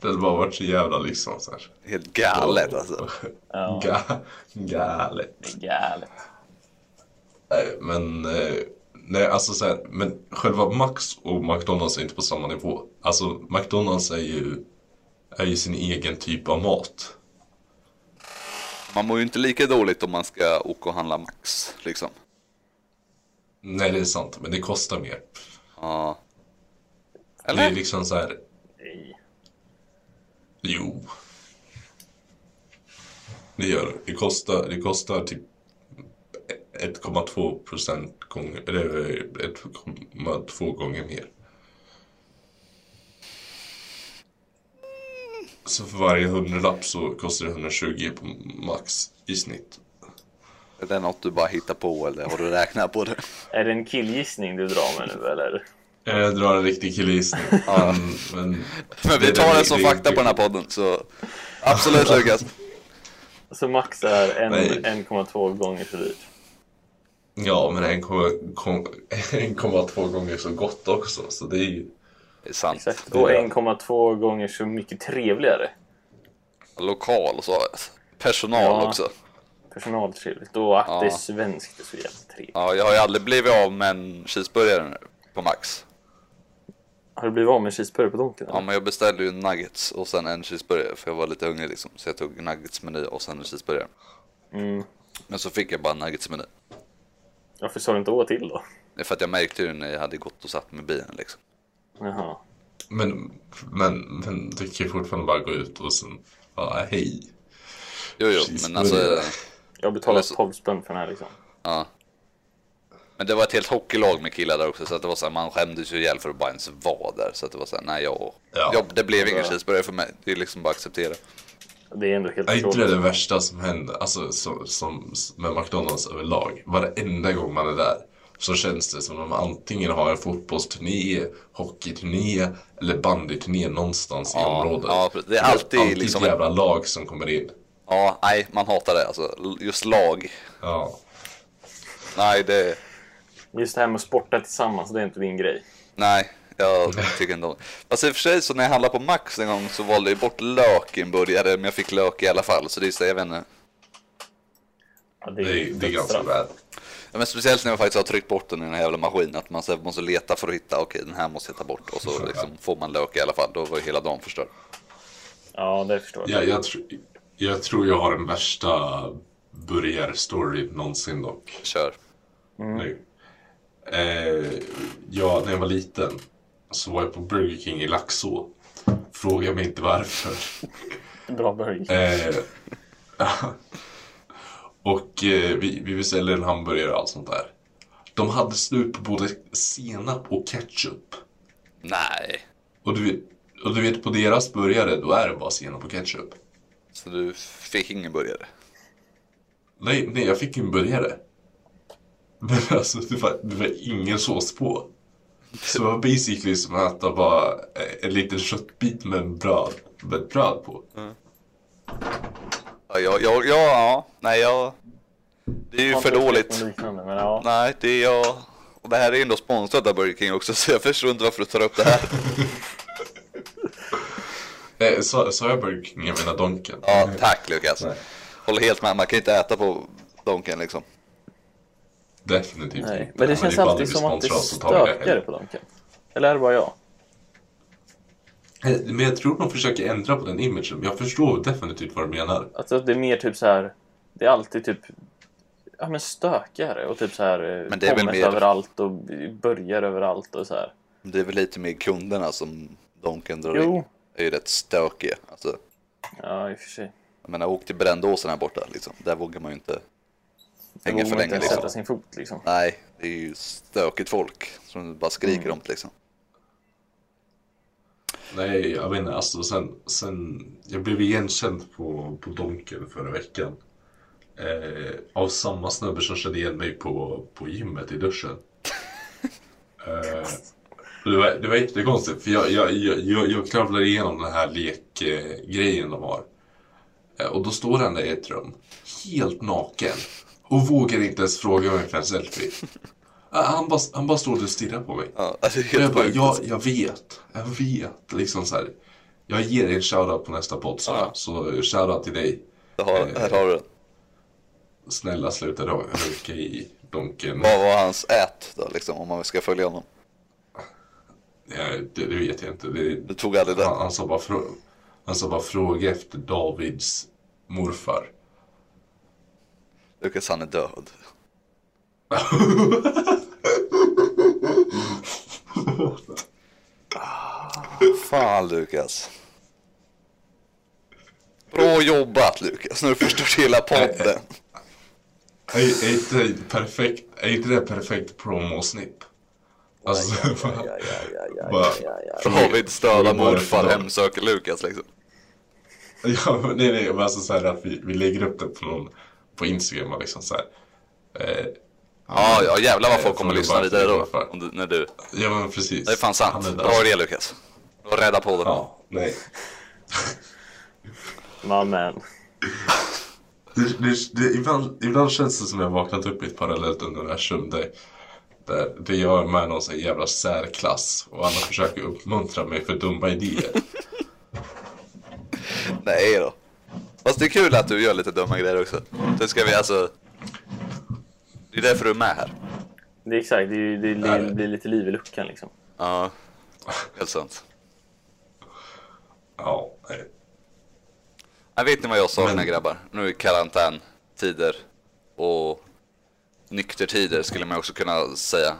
Speaker 1: Det hade bara varit så jävla liksom så här.
Speaker 2: helt galet alltså.
Speaker 3: Ja,
Speaker 1: Ga- galet.
Speaker 3: det är jävligt.
Speaker 1: Nej, men, eh, nej, alltså så här, men själva Max och McDonalds är inte på samma nivå. Alltså McDonalds är ju, är ju sin egen typ av mat.
Speaker 2: Man mår ju inte lika dåligt om man ska åka och handla max liksom.
Speaker 1: Nej, det är sant, men det kostar mer.
Speaker 2: Ja.
Speaker 1: Det är
Speaker 2: Eller?
Speaker 1: liksom så här,
Speaker 3: Nej.
Speaker 1: jo. Det gör det. Det kostar, det kostar typ 1,2 procent gånger, eller eh, 1,2 gånger mer. Så för varje hundralapp så kostar det 120 på max i snitt.
Speaker 2: Är det något du bara hittar på eller har du räknat på det?
Speaker 3: Är det en killgissning du drar med nu eller?
Speaker 1: Jag drar en riktig killgissning. Men, men,
Speaker 2: Men vi
Speaker 1: det-
Speaker 2: tar det
Speaker 1: det-
Speaker 2: som
Speaker 1: det-
Speaker 2: fakta på den här podden så absolut Lukas.
Speaker 3: Så Max är en-
Speaker 1: Nej.
Speaker 3: 1,2 gånger så dyrt.
Speaker 1: Ja, men 1,2 gånger så gott också. Så det är ju...
Speaker 2: Det är sant.
Speaker 3: Exakt.
Speaker 1: Det
Speaker 3: Och
Speaker 1: är-
Speaker 3: 1,2 gånger så mycket trevligare.
Speaker 2: Lokal och så. Personal
Speaker 3: Ja.
Speaker 2: också.
Speaker 3: Personaltrevligt. Och att det är
Speaker 2: Ja.
Speaker 3: svenskt är så jävla trevligt.
Speaker 2: Ja, jag har ju aldrig blivit av med en cheeseburgare nu på Max.
Speaker 3: Har du blivit av med en cheeseburgare på Donken?
Speaker 2: Ja,
Speaker 3: eller?
Speaker 2: men jag beställde ju nuggets och sen en cheeseburgare för jag var lite hungrig liksom. Så jag tog nuggetsmeny och sen en cheeseburgare.
Speaker 3: Mm.
Speaker 2: Men så fick jag bara nuggetsmeny.
Speaker 3: Varför sa du inte å till då?
Speaker 2: Det är för att jag märkte ju när jag hade gått och satt med bilen liksom.
Speaker 3: Jaha.
Speaker 1: Men, men, men du kan ju fortfarande bara gå ut och sen bara hej.
Speaker 2: Jo, jo, men
Speaker 1: Cheeseburgare.
Speaker 2: alltså.
Speaker 3: Jag betalar
Speaker 2: Eller så-
Speaker 3: 12 spänn för den här liksom.
Speaker 2: Ja. Men det var ett helt hockeylag med killar där också så att det var så här, man skämdes ju ihjäl för att bara ens vara där. Så att det var så här, nej jag,
Speaker 1: Ja.
Speaker 2: jag det blev ingen cheeseburgare för mig. Det är liksom bara att acceptera.
Speaker 3: Det är ändå helt
Speaker 1: Är inte det
Speaker 3: otroligt.
Speaker 1: det värsta som händer alltså, som, som, med McDonalds överlag? Varenda gång man är där så känns det som att de antingen har en fotbollsturné, hockeyturné eller bandyturné någonstans i
Speaker 2: Ja,
Speaker 1: området.
Speaker 2: ja, precis. Det är alltid liksom-
Speaker 1: ett jävla lag som kommer in.
Speaker 2: Ja, nej, man hatar det alltså. L- Just lag.
Speaker 1: Ja.
Speaker 2: Nej, det,
Speaker 3: Just det här med att sporta tillsammans, det är inte min grej.
Speaker 2: nej, jag tycker inte om det. Fast i och för sig så när jag handlade på Max en gång så valde jag bort lök i en burgare, men jag fick lök i alla fall. Så det är så, jag vet inte.
Speaker 3: Ja,
Speaker 1: Det är, det är ganska
Speaker 3: dödsstraff.
Speaker 1: bad.
Speaker 2: Ja, men speciellt när jag faktiskt har tryckt bort den i den här jävla maskinen. Att man så här måste leta för att hitta, okej den här måste jag ta bort. Och så liksom får man lök i alla fall. Då var ju hela dagen förstörd.
Speaker 3: Ja, det förstår jag.
Speaker 1: Ja, jag, tr jag tror jag har den värsta burgarstory någonsin dock.
Speaker 2: Kör.
Speaker 1: nu. Eh, ja, när jag var liten så var jag på Burger King i Laxå. Fråga mig inte varför.
Speaker 3: Bra början.
Speaker 1: Eh, och eh, vi, vi beställde en hamburgare och allt sånt där. De hade slut på både senap och ketchup.
Speaker 2: Nej.
Speaker 1: Och du, vet- och du vet, på deras burgare då är det bara senap och ketchup.
Speaker 2: Så du fick ingen burgare?
Speaker 1: Nej, nej, jag fick en burgare. Men alltså, det var, det var ingen sås på. Så det var basically som att äta bara eh, en liten köttbit med, en bröd, med ett bröd på.
Speaker 2: Ja, jag, jag, ja, ja. Nej, jag... Det är ju för dåligt.
Speaker 3: Liknande, men ja.
Speaker 2: Nej, det är jag... Och det här är ju ändå sponsrat av Burger King också, så jag förstår inte varför du tar upp det här.
Speaker 1: Eh, Sa sa jag Burger King? Jag menar Donken.
Speaker 2: Ja, tack Lukas.
Speaker 1: Nej.
Speaker 2: Håller helt med, man kan ju inte äta på Donken liksom.
Speaker 1: Definitivt
Speaker 3: Nej.
Speaker 1: inte.
Speaker 3: Men det liksom känns
Speaker 1: ifall
Speaker 3: alltid
Speaker 1: blir
Speaker 3: som att det
Speaker 1: sponsrat så tar vi det.
Speaker 3: stökar på Donken. Eller är det bara jag?
Speaker 1: Eh, Men jag tror de försöker ändra på den imagen. men Jag förstår definitivt vad du menar.
Speaker 3: Alltså, det är mer typ så här... Det är alltid typ... Ja, men stökigare och typ så här... eh,
Speaker 2: Men det är väl
Speaker 3: pommes
Speaker 2: mer-
Speaker 3: överallt och börjar överallt och så här.
Speaker 2: Det är väl lite mer kunderna som Donken drar in.
Speaker 3: Jo.
Speaker 2: Det är ju rätt stökiga. Alltså,
Speaker 3: Ja, i och för sig.
Speaker 2: jag menar, åk till Brändåsen här borta liksom. Där vågar man ju inte
Speaker 3: Det
Speaker 2: hänga
Speaker 3: vågar
Speaker 2: för
Speaker 3: man inte
Speaker 2: länge
Speaker 3: ens sätta
Speaker 2: liksom.
Speaker 3: sin fot liksom.
Speaker 2: Nej, det är ju stökigt folk som bara skriker om det liksom.
Speaker 1: Nej, jag vet inte. Alltså, sen, sen, jag blev igenkänd på, på Donken förra veckan. Eh, av samma snubbe som kände igen mig på, på gymmet i duschen. Eh, och det, var, det var jättekonstigt, för jag, jag, jag, jag, jag kravlade igenom den här lekgrejen de har. Eh, och då står han där i ett rum, helt naken. Och vågar inte ens fråga mig för en selfie. Eh, Han bara, han bara står där och stirrar på mig.
Speaker 2: Ja, alltså,
Speaker 1: Och
Speaker 2: det är helt
Speaker 1: jag bara,
Speaker 2: sjukt.
Speaker 1: jag, jag vet, jag vet. Liksom så här, jag ger dig en shoutout på nästa podd, så,
Speaker 2: Ja.
Speaker 1: så shoutout till dig.
Speaker 2: Det har, här har du den.
Speaker 1: Snälla sluta då, runka i donken.
Speaker 2: Vad var hans ät då liksom, om man ska följa honom?
Speaker 1: Ja, det, det vet jag inte. Det,
Speaker 2: Du tog aldrig
Speaker 1: han,
Speaker 2: den?
Speaker 1: han, sa bara frå, han sa bara fråga efter Davids morfar.
Speaker 2: Lukas han är död. Fan Lukas. Bra jobbat Lukas, nu har du förstört hela podden.
Speaker 1: Är, är, inte det perfekt, är inte det perfekt promo-snipp? Alltså,
Speaker 3: Ja, ja, ja, ja,
Speaker 1: bara,
Speaker 3: ja, ja, ja.
Speaker 2: Davids döda
Speaker 1: fråga bara
Speaker 2: morfar
Speaker 1: efter David.
Speaker 2: hemsöker Lukas liksom.
Speaker 1: Ja, men nej, nej, men alltså så här att vi, vi lägger upp det på någon på Instagram och liksom så här. Eh,
Speaker 2: Ja, ja jävlar vad
Speaker 1: Eh,
Speaker 2: folk kommer att
Speaker 1: fråga
Speaker 2: lyssna
Speaker 1: bara
Speaker 2: vidare då.
Speaker 1: morfar.
Speaker 2: Om du, när du...
Speaker 1: ja men precis.
Speaker 2: Det är fan sant.
Speaker 1: Han är där.
Speaker 2: Bra idé Lukas. Du har räddat podden.
Speaker 1: Ja, nej.
Speaker 3: Ja, men.
Speaker 1: Det, det, det, ibland, ibland känns det som jag vaknat upp i ett parallellt universum där, där, där jag är med i någon sån jävla särklass och alla försöker uppmuntra mig för dumma idéer.
Speaker 2: Nej då. Fast det är kul att du gör lite dumma grejer också. Sen ska vi alltså... Det är därför du är med här.
Speaker 3: Det är exakt, det, är ju- det,
Speaker 1: Ja,
Speaker 3: det,
Speaker 1: det-
Speaker 3: blir lite liv i luckan liksom.
Speaker 2: Ja, helt sant.
Speaker 1: Ja, nej.
Speaker 2: Jag vet ni vad jag saknar
Speaker 1: Men-
Speaker 2: grabbar? Nu i karantäntider och nyktertider skulle man också kunna säga.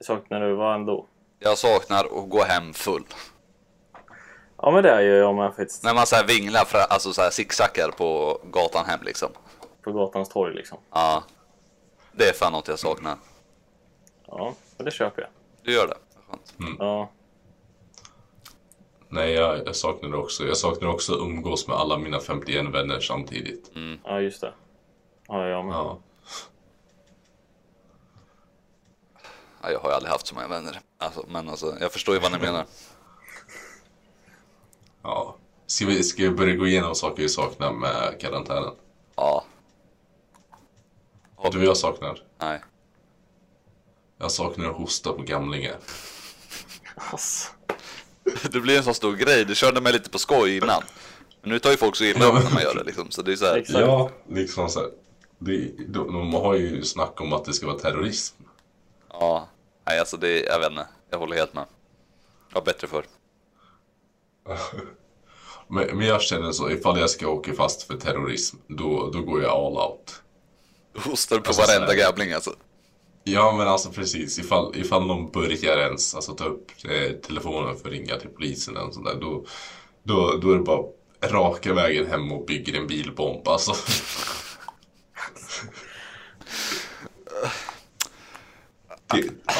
Speaker 3: Saknar du vad ändå?
Speaker 2: Jag saknar att gå hem full.
Speaker 3: Ja, men det gör jag med faktiskt.
Speaker 2: När man så här vinglar, fra, alltså så här zigzaggar på gatan hem liksom.
Speaker 3: På gatans torg liksom.
Speaker 2: Ja, Det är fan något jag saknar.
Speaker 3: Ja, men det köper jag.
Speaker 2: Du gör det? Skönt.
Speaker 3: Ja.
Speaker 1: Nej, jag, jag saknar det också. Jag saknar också att umgås med alla mina 51 vänner samtidigt.
Speaker 3: Ja, just det. Ja, jag med.
Speaker 1: Ja.
Speaker 2: Ja, jag har ju aldrig haft så många vänner. Alltså, men alltså, jag förstår ju vad ni menar.
Speaker 1: ja. Ska, vi, ska vi börja gå igenom saker vi saknar med karantänen?
Speaker 2: Ja.
Speaker 1: Du och jag saknar?
Speaker 2: Nej.
Speaker 1: Jag saknar att hosta på gamlingar.
Speaker 3: Ass.
Speaker 2: Det blir en så stor grej. Du körde mig lite på skoj innan. Men nu tar ju folk så illa upp när man gör det liksom. Så det är så här.
Speaker 3: Exakt.
Speaker 1: Ja, liksom så här. Det, de, de har ju snack om att det ska vara terrorism.
Speaker 2: Ja. Nej, alltså det är, jag vet inte. Jag håller helt med. Jag var bättre för.
Speaker 1: Men, men jag känner så, ifall jag ska åka fast för terrorism, då, då går jag all out.
Speaker 2: Hostar på
Speaker 1: Alltså, så
Speaker 2: varenda
Speaker 1: här-
Speaker 2: gambling alltså.
Speaker 1: Ja men alltså precis, ifall, ifall någon börjar ens alltså, ta upp eh, telefonen för att ringa till polisen eller sånt där, då, då, då är det bara raka vägen hem och bygger en bilbomb alltså. Det, ja.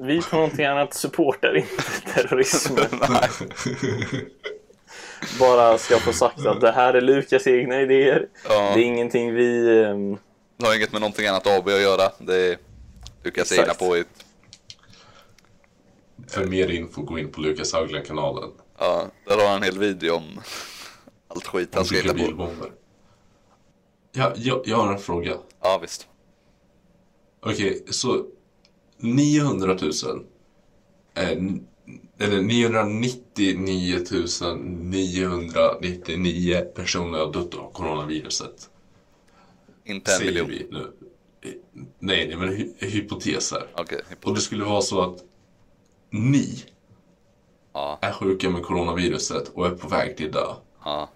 Speaker 3: Vi på någonting annat supportar inte terrorismen.
Speaker 2: Nej.
Speaker 3: Bara ska få sagt att det här är Lukas egna idéer.
Speaker 2: Ja.
Speaker 3: Det är ingenting vi... ehm,
Speaker 2: Det har inget med någonting annat AB att göra. Det är Lukas egna
Speaker 3: Exakt.
Speaker 2: påhitt.
Speaker 1: För mer info gå in på Lukas Haglund-kanalen.
Speaker 2: Ja, där har han en hel video om allt skit han
Speaker 1: Han
Speaker 2: ska hitta
Speaker 1: bygger
Speaker 2: på.
Speaker 1: bilbomber. Ja, jag, jag har en fråga.
Speaker 2: Ja, visst.
Speaker 1: Okej, så 900 000. Eh, n- eller 999 999 personer har dött av coronaviruset.
Speaker 2: Inte en
Speaker 1: säger
Speaker 2: miljon.
Speaker 1: vi nu. Eh, Nej, nej men hy- hypoteser.
Speaker 2: Okej.
Speaker 1: Och det skulle vara så att ni
Speaker 2: Ja.
Speaker 1: är sjuka med coronaviruset och är på väg till dö.
Speaker 2: Ja.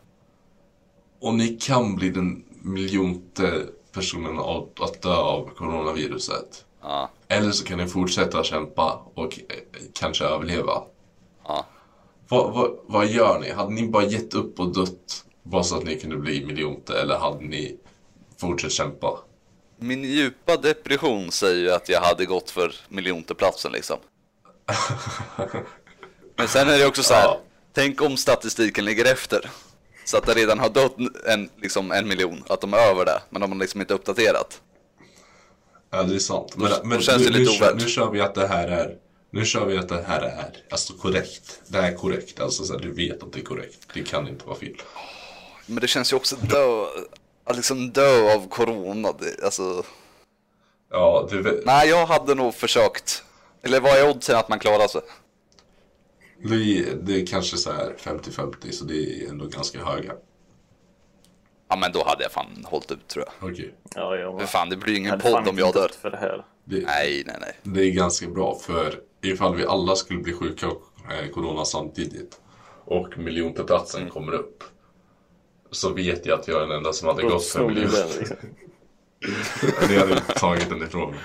Speaker 1: Och ni kan bli den miljonte personen av, att dö av coronaviruset.
Speaker 2: Ja.
Speaker 1: Eller så kan ni fortsätta kämpa och eh, kanske överleva.
Speaker 2: Ja.
Speaker 1: Vad, vad, vad gör ni? Hade ni bara gett upp och dött bara så att ni kunde bli miljonte eller hade ni fortsatt kämpa?
Speaker 2: Min djupa depression säger ju att jag hade gått för miljonteplatsen liksom. Men sen är det också så här,
Speaker 1: Ja.
Speaker 2: tänk om statistiken ligger efter. Så att det redan har dött en, liksom en miljon, att de är över det, men de har liksom inte uppdaterat.
Speaker 1: Ja, det är sant. Men, men
Speaker 2: då känns det
Speaker 1: nu, nu,
Speaker 2: lite
Speaker 1: kör,
Speaker 2: ovärt.
Speaker 1: nu kör vi att det här är nu kör vi att det här är alltså korrekt. Det här är korrekt. Alltså så här, du vet att det är korrekt. Det kan inte vara fel.
Speaker 2: Men det känns ju också dö, att liksom dö av corona, det, alltså.
Speaker 1: Ja, det, är väl-
Speaker 2: Nej, jag hade nog försökt. Eller vad är oddsen att man klarar sig?
Speaker 1: det, är- det är kanske så här 50-50 så det är ändå ganska höga.
Speaker 2: Ja, men då hade jag fan hållit ut tror jag.
Speaker 1: Okej.
Speaker 3: Ja, jag med.
Speaker 2: För fan, det blir ju
Speaker 3: Jag
Speaker 2: ingen
Speaker 3: hade fan
Speaker 2: podd om
Speaker 3: inte
Speaker 2: jag dör.
Speaker 3: dött för det här.
Speaker 1: Det-
Speaker 2: Nej, nej, nej.
Speaker 1: Det är ganska bra för ifall vi alla skulle bli sjuka av eh, corona samtidigt och miljonplatsen kommer upp så vet jag att jag är den enda som hade
Speaker 3: Då
Speaker 1: gått för
Speaker 3: snor du
Speaker 1: miljon.
Speaker 3: den liksom.
Speaker 1: Det hade jag tagit den ifrån mig.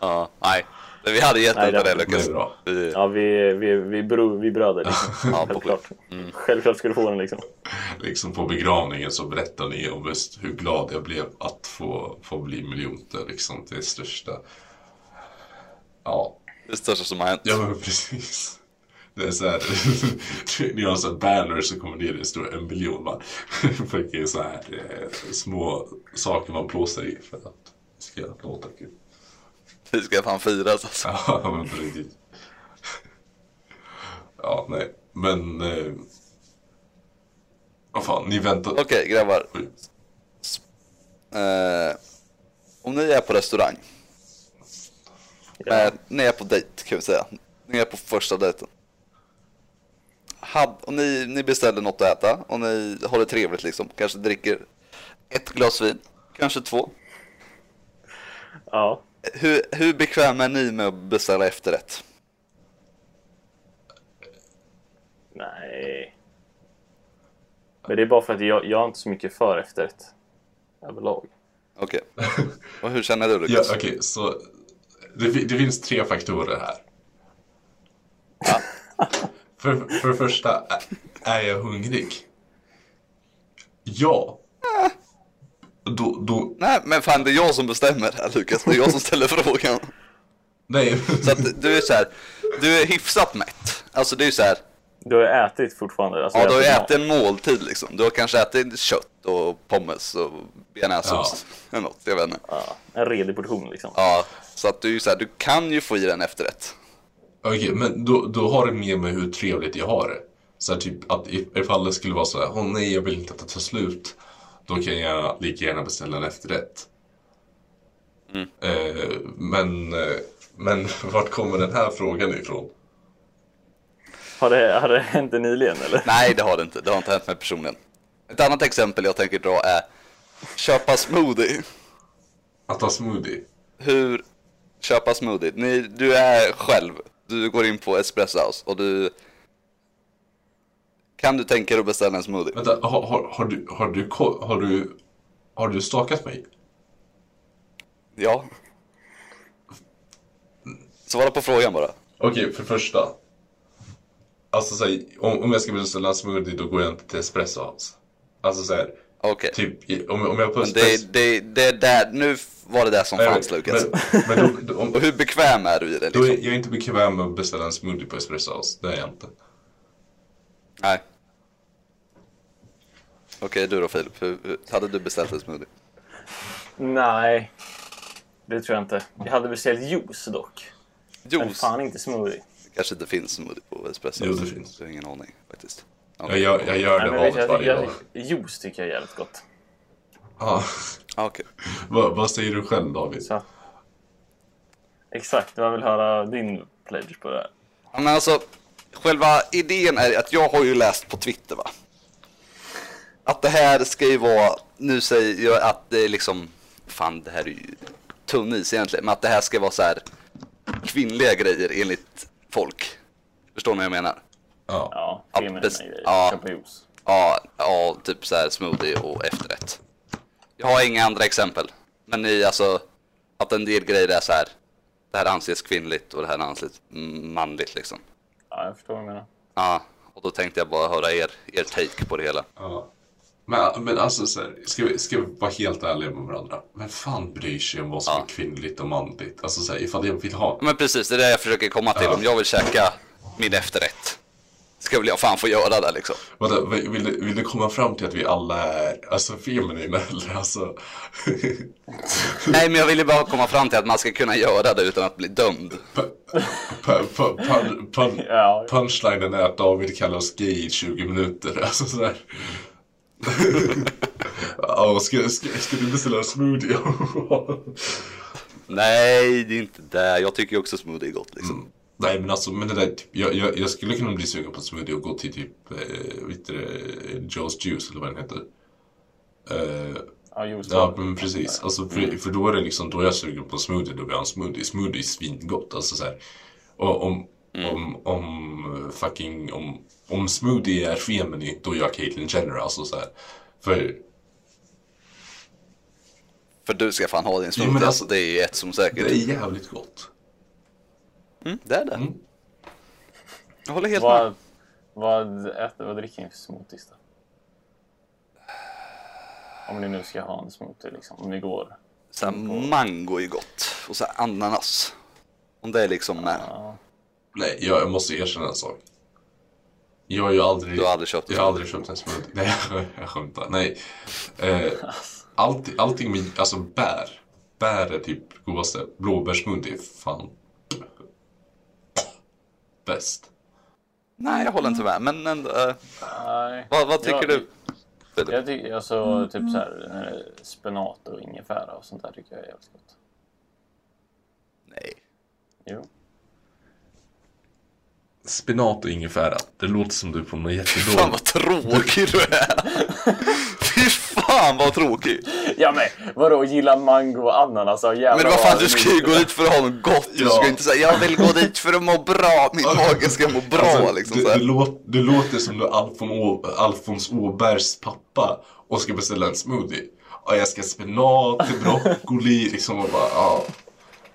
Speaker 2: Ja, nej. Men Vi hade gett
Speaker 3: Nej,
Speaker 2: upp det
Speaker 3: det-
Speaker 2: där
Speaker 1: Det
Speaker 2: Lukas.
Speaker 1: är bra.
Speaker 2: Vi-
Speaker 3: Ja, vi, vi, vi, bro, vi bröder liksom.
Speaker 2: Ja, på- Mm.
Speaker 3: Självklart. Självklart skulle du få den liksom.
Speaker 1: Liksom på begravningen så berättar ni om just hur glad jag blev att få, få bli miljonte. Liksom det största. Ja,
Speaker 2: Det största som har hänt.
Speaker 1: ja men precis. Det är så här, ni har så här banners så kommer det det står en miljon va. För det är så här eh, små saker man plåsar i för att det ska låta kul.
Speaker 2: Vi ska fan firas alltså.
Speaker 1: Ja men precis. Ja nej men. Eh, vad fan ni väntar.
Speaker 2: Okej grabbar. Eh, om ni är på restaurang.
Speaker 3: Ja.
Speaker 2: Eh, ni är på dejt kan vi säga. Ni är på första dejten. Had, och ni, ni beställer något att äta och ni har det trevligt liksom. Kanske dricker ett glas vin. Kanske två.
Speaker 3: ja.
Speaker 2: Hur, hur bekväm är ni med att beställa efterrätt?
Speaker 3: Nej. Men det är bara för att jag, jag har inte så mycket för efterrätt. Överlag.
Speaker 2: Okej. Och hur känner du
Speaker 1: Ja,
Speaker 2: Lukas?
Speaker 1: Okej, så det, fi- det finns tre faktorer här. för, för det första, ä- är jag hungrig? Ja. Då, då,
Speaker 2: Nej, men fan det är jag som bestämmer här Lukas. Det är jag som ställer frågan.
Speaker 1: nej.
Speaker 2: Så att du är så här, du är hyfsat mätt. Alltså det är ju så här,
Speaker 3: Du har ju ätit fortfarande. Alltså,
Speaker 2: ja du har ju
Speaker 3: mat.
Speaker 2: ätit en måltid liksom. Du har kanske ätit kött och pommes och bearnaisesås. Eller något, jag vet inte.
Speaker 3: Ja, en redig portion liksom.
Speaker 2: Ja, så att du är ju så här, du kan ju få i den efterrätt.
Speaker 1: Okej, men då, då har det med mig hur trevligt jag har det. Så här, typ att if- ifall det skulle vara så här, åh nej jag vill inte att det tar slut. Då kan jag lika gärna beställa en efterrätt. Eh, men, eh, men vart kommer den här frågan ifrån?
Speaker 3: Har, det, har det hänt nyligen eller?
Speaker 2: Nej, det har det inte. Det har inte hänt med personen. Ett annat exempel jag tänker dra är köpa smoothie.
Speaker 1: Att ta smoothie?
Speaker 2: Hur köpa smoothie? Ni, du är själv. Du går in på Espresso House och du kan du tänka dig att beställa en smoothie?
Speaker 1: Vänta, har, har, har, du, har, du, ko- har, du, har du stakat mig?
Speaker 2: Ja. Svara på frågan bara.
Speaker 1: Okej, för det första. Alltså så här, om, om jag ska beställa en smoothie då går jag inte till Espresso House. Alltså så här,
Speaker 2: Okej.
Speaker 1: typ i- om, om jag på
Speaker 2: Men det, det, det är där, nu var det där som
Speaker 1: Nej,
Speaker 2: fanns Lukas.
Speaker 1: Men, men då, då, om,
Speaker 2: Och hur bekväm är du i det
Speaker 1: då är,
Speaker 2: liksom?
Speaker 1: jag är inte bekväm med att beställa en smoothie på Espresso House. Det är jag inte.
Speaker 2: Nej. Okej, du då Filip. Hur, hur, hade du beställt en smoothie?
Speaker 3: Nej, det tror jag inte. Jag hade beställt juice dock. Men
Speaker 2: Juice.
Speaker 3: fan inte smoothie.
Speaker 2: kanske inte finns smoothie på espresso.
Speaker 1: Jo, det finns.
Speaker 2: Jag har ingen aning faktiskt.
Speaker 1: Jag gör, jag gör
Speaker 3: Nej,
Speaker 1: det
Speaker 3: men vet
Speaker 1: valet
Speaker 3: jag,
Speaker 1: varje
Speaker 3: jag,
Speaker 1: dag.
Speaker 3: juice tycker jag är jävligt gott.
Speaker 1: Ja.
Speaker 2: Ah, okej.
Speaker 1: Vad, vad säger du själv David?
Speaker 3: Så. Exakt, jag vill höra din pledge på det här.
Speaker 2: Ja, Men alltså, själva idén är att jag har ju läst på Twitter va. Att det här ska ju vara, nu säger jag att det är liksom, fan det här är ju tunn is egentligen, men att det här ska vara så här kvinnliga grejer enligt folk. Förstår ni vad jag menar?
Speaker 1: Ja.
Speaker 3: Ja,
Speaker 2: Ja,
Speaker 3: feminina
Speaker 2: bes-
Speaker 3: grejer.
Speaker 2: ja.
Speaker 3: Köpa juice.
Speaker 2: Ja, ja typ så här smoothie och efterrätt. Jag har inga andra exempel. Men ni, alltså, att en del grejer är så här. Det här anses kvinnligt och det här anses manligt liksom.
Speaker 3: Ja, jag förstår vad du menar.
Speaker 2: Ja, och då tänkte jag bara höra er, er take på det hela.
Speaker 1: ja. Men, men alltså så här, ska, vi, ska vi vara helt ärliga med varandra? Men fan bryr sig om vad som är kvinnligt och manligt? Alltså så här, ifall jag vill ha...
Speaker 2: Men precis, det är det jag försöker komma till. Om jag vill käka min efterrätt. Ska väl jag fan få göra det liksom.
Speaker 1: Vänta, vill, vill, du- vill du komma fram till att vi alla är alltså, feminina eller alltså...
Speaker 2: Nej, men jag ville bara komma fram till att man ska kunna göra det utan att bli dömd.
Speaker 1: Pu- pu- pun- pun-
Speaker 3: Ja.
Speaker 1: Punchlinen är att David kallar oss gay i 20 minuter. Alltså sådär. ja, ska, ska, ska du beställa en smoothie?
Speaker 2: Nej, det är inte det. Jag tycker ju också smoothie är gott liksom.
Speaker 1: Nej men alltså, men det där, typ, jag, jag, jag skulle kunna bli sugen på en smoothie och gå till typ, eh, vet du, det, Joe's Juice eller vad den heter. Eh,
Speaker 3: Ja, juice.
Speaker 1: ja men precis, alltså, för, för då är det liksom, då är jag sugen på en smoothie, då vill jag ha en smoothie. Smoothie är svingott, alltså såhär. Och om, om, om eh, fucking, om, om smoothie är feminint, då är jag Caitlyn Jenner alltså såhär. För,
Speaker 2: För du ska fan ha din smoothie.
Speaker 1: men
Speaker 2: alltså,
Speaker 1: alltså-
Speaker 2: det är ju ett som
Speaker 1: det
Speaker 2: säkert.
Speaker 1: är jävligt gott.
Speaker 2: Mm, det är det. Jag håller helt med.
Speaker 3: Vad, vad, äter, vad dricker ni för smoothies då? Om ni nu ska ha en smoothie liksom. Om ni går.
Speaker 2: Så här, mango är ju gott. Och så här, ananas. Om det är liksom med.
Speaker 3: Ja.
Speaker 1: Nej, jag, jag måste erkänna en sak. Jag har ju aldrig...
Speaker 2: Du har aldrig köpt en
Speaker 1: Jag har aldrig köpt en smoothie. Nej, jag skämtar. Nej. Eh, allt, allting med... Alltså bär. Bär är typ godaste. Blåbärssmoothie är fan... Bäst.
Speaker 2: Nej, jag håller inte med. Men ändå, eh,
Speaker 3: Nej.
Speaker 2: vad, vad tycker
Speaker 3: Jag-
Speaker 2: du? Filip?
Speaker 3: Jag tycker alltså typ så här eh, spenat och ingefära och sånt där tycker jag är jävligt gott.
Speaker 2: Nej.
Speaker 3: Jo.
Speaker 1: Spinat och ingefära. Det låter som du är på något
Speaker 2: Fan
Speaker 1: jättedåligt.
Speaker 2: vad tråkig du är. Fy fan vad tråkig.
Speaker 3: Ja men vadå gilla mango och ananas? Ja, jävlar,
Speaker 2: Men vad fan du
Speaker 3: det
Speaker 2: ska ju gå dit för att ha något gott. Du
Speaker 1: Ja.
Speaker 2: ska ju inte säga jag vill gå dit för att må bra. Min mage ska må bra liksom.
Speaker 1: Alltså, du,
Speaker 2: Så
Speaker 1: du,
Speaker 2: här.
Speaker 1: låt, du låter som du är Alfon Å, Alfons Åbergs pappa och ska beställa en smoothie. Ja, jag ska ha spenat, till broccoli liksom och bara ja.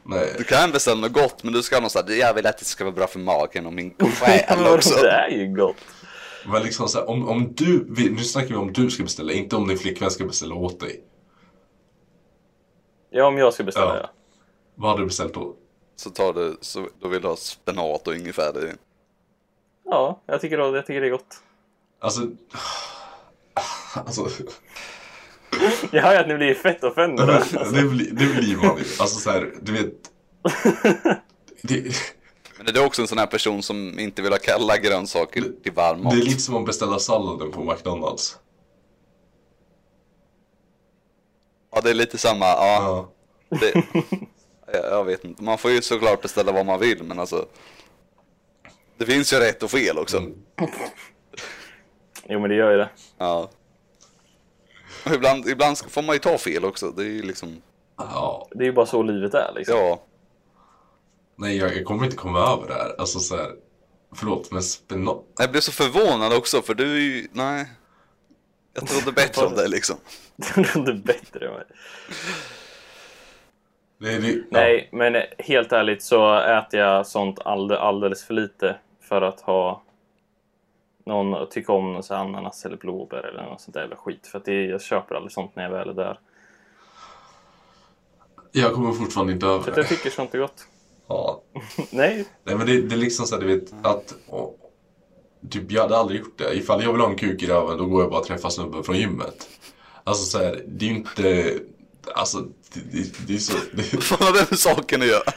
Speaker 2: Du
Speaker 1: Nej.
Speaker 2: kan beställa något gott men du ska ha något såhär, jag vill att det ska vara bra för magen och min själ
Speaker 3: Vadå,
Speaker 2: också.
Speaker 3: Det är ju gott.
Speaker 1: Men liksom så här, om, om du, vi- nu snackar vi om du ska beställa, inte om din flickvän ska beställa åt dig.
Speaker 3: Ja, om jag skulle beställa
Speaker 1: Ja.
Speaker 3: ja.
Speaker 1: Vad hade du beställt då?
Speaker 2: Så tar du, så, då vill du ha spenat och ingefära i.
Speaker 3: Ja, jag tycker, jag tycker det är gott.
Speaker 1: Alltså... Alltså,
Speaker 3: Jag hör ju att ni blir fett
Speaker 1: nej,
Speaker 3: offended.
Speaker 1: men, det, blir, det blir man ju. Alltså så här, du vet... Det,
Speaker 2: Men är du också en sån här person som inte vill ha kalla grönsaker till varm
Speaker 1: det
Speaker 2: mat?
Speaker 1: är lite som att beställa salladen på McDonalds.
Speaker 2: Ja, det är lite samma. Ja,
Speaker 1: Ja.
Speaker 2: det, jag, jag vet inte. Man får ju såklart beställa vad man vill, men alltså. Det finns ju rätt och fel också.
Speaker 1: Mm.
Speaker 3: Jo, men det gör ju det.
Speaker 2: Ja. Och ibland, ibland får man ju ta fel också. Det är ju liksom,
Speaker 1: ja.
Speaker 3: Det är ju bara så livet är liksom.
Speaker 2: ja.
Speaker 1: Nej, jag, jag kommer inte komma över det här. Alltså så här... Förlåt, men spenat...
Speaker 2: Jag blev så förvånad också, för du är ju, nej. Jag trodde bättre om dig liksom.
Speaker 3: Det är inte bättre. Men...
Speaker 1: Nej, det, ja.
Speaker 3: Nej, men helt ärligt så äter jag sånt allde- alldeles för lite för att ha någon att tycka om någon så här ananas eller blåbär eller något sånt där jävla skit. För att det, jag köper aldrig sånt när jag väl är där.
Speaker 1: Jag kommer fortfarande inte
Speaker 3: För
Speaker 1: över
Speaker 3: att jag
Speaker 1: det.
Speaker 3: tycker sånt är gott.
Speaker 1: Ja.
Speaker 3: Nej,
Speaker 1: Nej, men det, det är liksom så här, du vet att... åh, typ, jag hade aldrig gjort det. Ifall jag vill ha en kuk i röven, då går jag bara och träffar snubben från gymmet. Alltså så här, det är ju inte... Alltså, det, det, det är så... Det,
Speaker 2: Vad har det med saken att göra?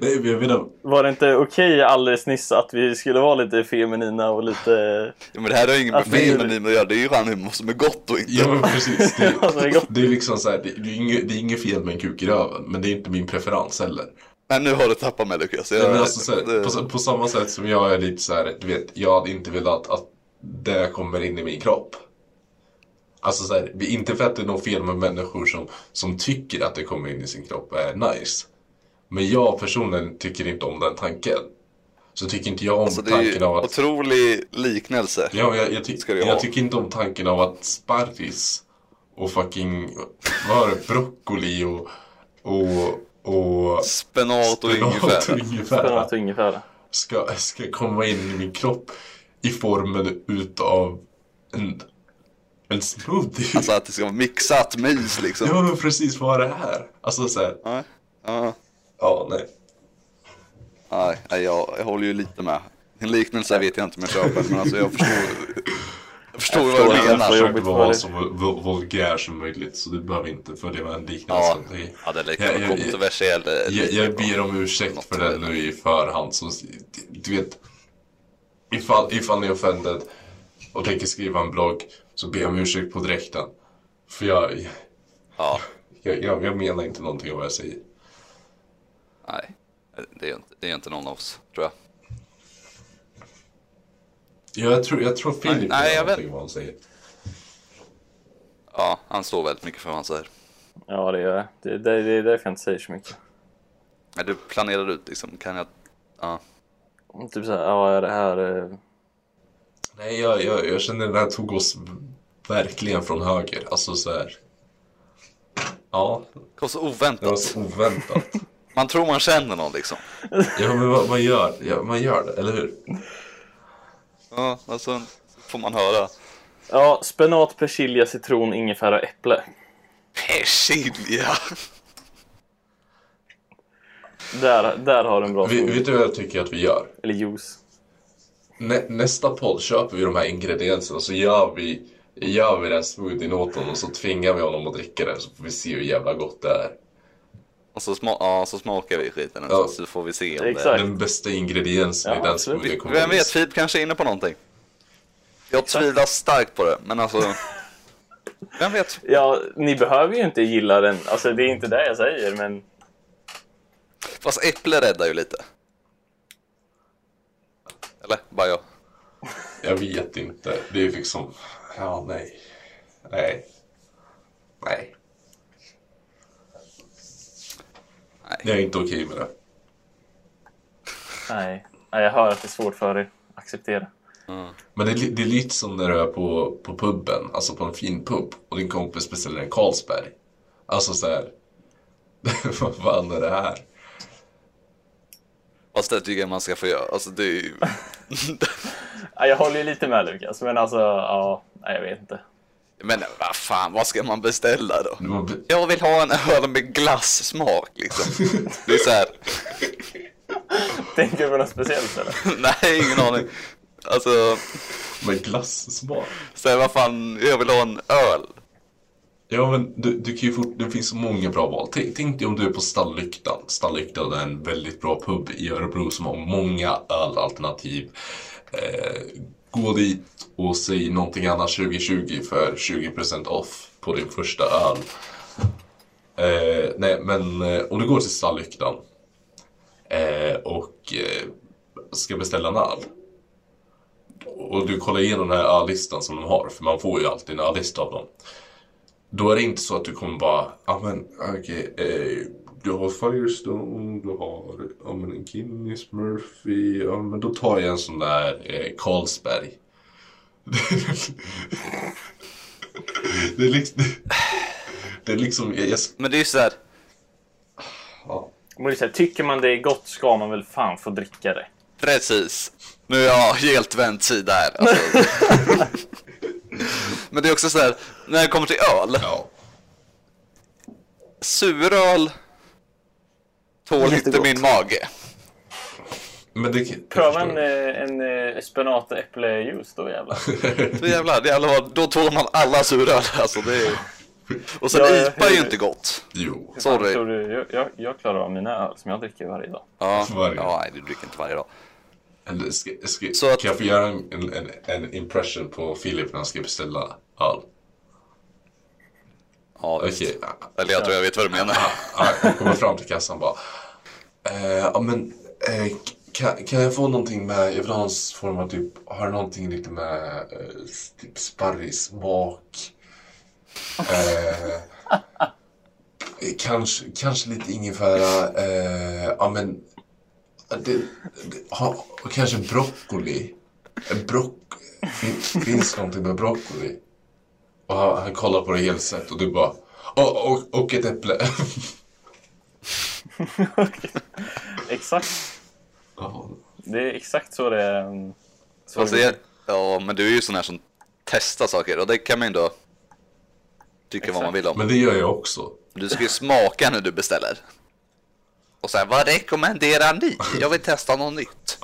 Speaker 1: nej, men jag menar...
Speaker 3: var det inte okej alldeles nyss att vi skulle vara lite feminina och lite...
Speaker 2: Ja, men det här har ju inget med
Speaker 3: Alltså, det är ju-
Speaker 2: feminin att göra. Det är ju fan humor som är gott och inte.
Speaker 1: Ja, men precis. Det,
Speaker 3: Alltså, det är gott.
Speaker 1: det är liksom så här, det, det, är inget, det är inget fel med en kuk i röven, men det är inte min preferens heller.
Speaker 2: Nej, nu har du tappat mig Lukas. Jag,
Speaker 1: Nej, men alltså, så
Speaker 2: Eh, det-
Speaker 1: här, på, på samma sätt som jag är lite så här, du vet, jag hade inte velat att det kommer in i min kropp. Alltså så här, det är inte för att det är något fel med människor som, som tycker att det kommer in i sin kropp och är nice. Men jag personligen tycker inte om den tanken. Så tycker inte jag om
Speaker 2: alltså, det är
Speaker 1: tanken
Speaker 2: ju
Speaker 1: av att...
Speaker 2: otrolig liknelse.
Speaker 1: Ja, jag, jag, ty-
Speaker 2: Ska du ha?
Speaker 1: jag tycker inte om tanken av att sparris och fucking, vad var det, broccoli och... och, och
Speaker 2: Spenat och ingefära.
Speaker 1: ingefära
Speaker 3: Spenat och ingefära.
Speaker 1: ska, ska komma in i min kropp i formen utav en, en smoothie.
Speaker 2: Alltså att det ska vara mixat mys liksom.
Speaker 1: ja men precis, vad är det här? Alltså såhär,
Speaker 2: Nej, ja.
Speaker 1: ja nej.
Speaker 2: Nej, nej, jag, jag håller ju lite med. En liknelse vet jag inte om jag köper, men alltså jag förstår. Jag förstår ju vad
Speaker 3: förstår
Speaker 2: du
Speaker 3: det.
Speaker 2: menar.
Speaker 3: Jag
Speaker 1: Jag
Speaker 3: jobbigt
Speaker 1: försöker
Speaker 3: var
Speaker 1: vara
Speaker 3: det.
Speaker 1: så vul- vulgär som möjligt så du behöver inte följa med en
Speaker 2: Ja,
Speaker 1: liknelse. Alltså, Det-
Speaker 2: ja det är lika
Speaker 1: Jag- jag- jag-
Speaker 2: kontroversiell. eh,
Speaker 1: Jag,
Speaker 2: liknelse.
Speaker 1: jag ber om ursäkt för det nu i förhand. Så, du vet, ifall, ifall ni är offended och tänker skriva en blogg så ber jag om ursäkt på direkten. För jag,
Speaker 2: Ja,
Speaker 1: jag, jag, jag menar inte någonting av vad jag säger.
Speaker 2: nej. Det är, inte, det är inte någon av oss, tror jag.
Speaker 1: Ja, jag tror, jag tror Filip
Speaker 2: Nej, nej,
Speaker 1: gör
Speaker 2: jag vet.
Speaker 1: någonting vad han säger.
Speaker 2: Ja, han står väldigt mycket för vad han säger.
Speaker 3: Ja, det gör jag. Det, det, det är därför jag inte säger så mycket.
Speaker 2: Ja, Du planerar ut liksom, kan jag... Ja.
Speaker 3: Typ såhär, ja det här... eh,
Speaker 1: Nej, jag, jag, jag känner den här tog oss verkligen från höger. Alltså så här. Ja,
Speaker 2: Det var så
Speaker 1: det var
Speaker 2: oväntat.
Speaker 1: så oväntat.
Speaker 2: Man tror man känner någon liksom.
Speaker 1: ja, men vad- man gör, ja, man gör det, eller hur?
Speaker 2: Ja, och så får man höra.
Speaker 3: Ja, spenat, persilja, citron, ingefära, äpple.
Speaker 2: Persilja!
Speaker 3: Där, där har du en bra
Speaker 1: Vi,
Speaker 3: skola.
Speaker 1: vet du vad jag tycker att vi gör?
Speaker 3: Eller juice.
Speaker 1: Nä, nästa podd köper vi de här ingredienserna så gör vi, gör vi den här smoothien åt honom och så tvingar vi honom att dricka den så får vi se hur jävla gott det är.
Speaker 2: Och så, sma- ja, så smakar vi skiten och
Speaker 1: Ja.
Speaker 2: så- så får vi se om
Speaker 3: Exakt.
Speaker 2: det...
Speaker 1: Den bästa ingrediensen
Speaker 3: Ja,
Speaker 1: i den
Speaker 3: absolut.
Speaker 1: smoothien kommer
Speaker 2: Vem
Speaker 1: vi
Speaker 2: vet, Filip kanske är inne på någonting. Jag tvivlar starkt på det, men alltså... Vem vet?
Speaker 3: Ja, ni behöver ju inte gilla den. Alltså det är inte det jag säger, men...
Speaker 2: Fast äpple räddar ju lite. Eller? Bara jag.
Speaker 1: Jag vet inte. Det är liksom... Ja, nej. Nej. Nej.
Speaker 2: Nej.
Speaker 1: Jag är inte okej med det.
Speaker 3: Nej. Nej, jag hör att det är svårt för er. Acceptera.
Speaker 1: Men det är, li- det är lite som när du är på, på puben, alltså på en fin pub och din kompis beställer en Carlsberg. Alltså så här... Vad fan är det här?
Speaker 2: Fast det tycker jag man ska få göra. Alltså det är ju...
Speaker 3: Ja, jag håller ju lite med Lukas, men alltså, ja... Nej, jag vet inte.
Speaker 2: Men vad fan, vad ska man beställa då?
Speaker 1: Du var-
Speaker 2: Jag vill ha en öl med glassmak liksom. Det är så här.
Speaker 3: Tänker du på något speciellt eller?
Speaker 2: nej ingen aning. Alltså,
Speaker 1: Med glassmak.
Speaker 2: så här, vad fan, jag vill ha en öl.
Speaker 1: Ja, men du, du kan ju fort, det finns så många bra val. Tänk, tänk dig om du är på Stallyktan. Stallyktan är en väldigt bra pub i Örebro som har många ölalternativ. Eh, gå dit och säg någonting annat 2020 för 20% off på din första öl. Eh, nej, men eh, om du går till Stallyktan eh, och eh, ska beställa en öl. Och du kollar igenom den här öllistan som de har, för man får ju alltid en öllista av dem. Då är det inte så att du kommer bara, ja men okej, eh, du har Firestone, du har ja, men, en Guinness, Murphy, ja men då tar jag en sån där eh, Carlsberg. det är liksom, det är liksom, jag, jag,
Speaker 2: Men det är ju så här.
Speaker 1: ja.
Speaker 3: Men det är så här, Tycker man det är gott ska man väl fan få dricka det.
Speaker 2: Precis. Nu är jag helt vänt sida här. Alltså. Men det är också så här, när det kommer till öl.
Speaker 1: ja.
Speaker 2: Suröl tål inte
Speaker 3: Jättegott.
Speaker 2: min mage.
Speaker 1: Men det kan- jag
Speaker 3: Pröva
Speaker 1: förstår.
Speaker 3: en, eh, en eh, spenat och äpplejuice då jävlar.
Speaker 2: Då jävlar, det jävlar vad- då tål man alla suröl. Alltså, det är... Och sen
Speaker 3: Ja, ja,
Speaker 2: IPA är ju
Speaker 3: hur-
Speaker 2: inte gott.
Speaker 1: Jo.
Speaker 2: Sorry.
Speaker 3: Tror du, jag, jag, jag klarar av mina öl som jag dricker varje dag.
Speaker 2: Ja,
Speaker 1: Varje.
Speaker 2: ja nej, du dricker inte varje dag.
Speaker 1: Eller ska, ska,
Speaker 2: Så att-
Speaker 1: Kan jag få göra en, en, en, en impression på Filip när han ska beställa öl?
Speaker 2: Ja, visst.
Speaker 1: Okej.
Speaker 2: Eller jag tror jag vet vad du menar.
Speaker 1: Ja, jag kommer fram till kassan bara. Eh, ja, men eh, kan, kan jag få någonting med, jag vill ha en form av typ, har du någonting lite med eh, s- typ sparrissmak? Eh, kanske, kanske lite ingefära, eh, ja men, det, det, ha, och kanske broccoli. Eh, Brock, fin- finns någonting med broccoli? Och han, han kollar på det helt sett och du bara, och, och, och ett äpple.
Speaker 3: Exakt.
Speaker 1: Ja,
Speaker 3: Det är exakt så det är. mm, Så
Speaker 2: Fast det är... Alltså, Ja, men du är ju sån här som testar saker och det kan man ju ändå tycka vad man
Speaker 3: Exakt.
Speaker 2: vill om.
Speaker 1: Men det gör jag också.
Speaker 2: Du ska ju smaka när du beställer. Och sen, vad rekommenderar ni? Jag vill testa något nytt.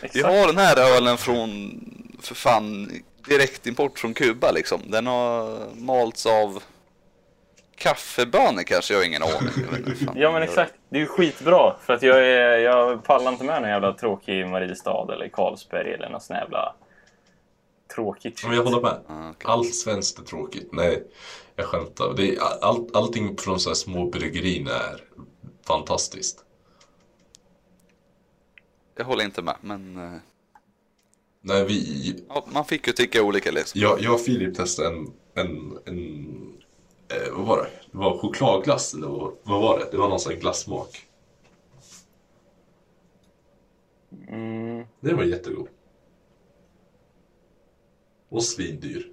Speaker 2: Vi
Speaker 3: exakt.
Speaker 2: har den här ölen från, för fan, direktimport från Kuba liksom. Den har malts av kaffebönor kanske, jag har ingen aning. Jag vet inte, fan.
Speaker 3: Ja men exakt. Det är ju skitbra. För att jag, är, jag pallar inte med någon jävla tråkig Mariestad eller Carlsberg eller något sån jävla typ. tråkigt
Speaker 1: Men jag håller med.
Speaker 2: Ah, okej.
Speaker 1: Allt svenskt är tråkigt. Nej, jag skämtar. Det är, all, allting från så här små bryggerin är fantastiskt.
Speaker 2: Jag håller inte med, men eh,
Speaker 1: Nej, vi...
Speaker 2: ja, man fick ju tycka olika liksom.
Speaker 1: Jag, jag och Filip testade en... en, en eh, vad var det? Det var chokladglass eller vad, vad var det? Det var någon sån här glassmak.
Speaker 3: Mm,
Speaker 1: Det var jättegod. Och svindyr.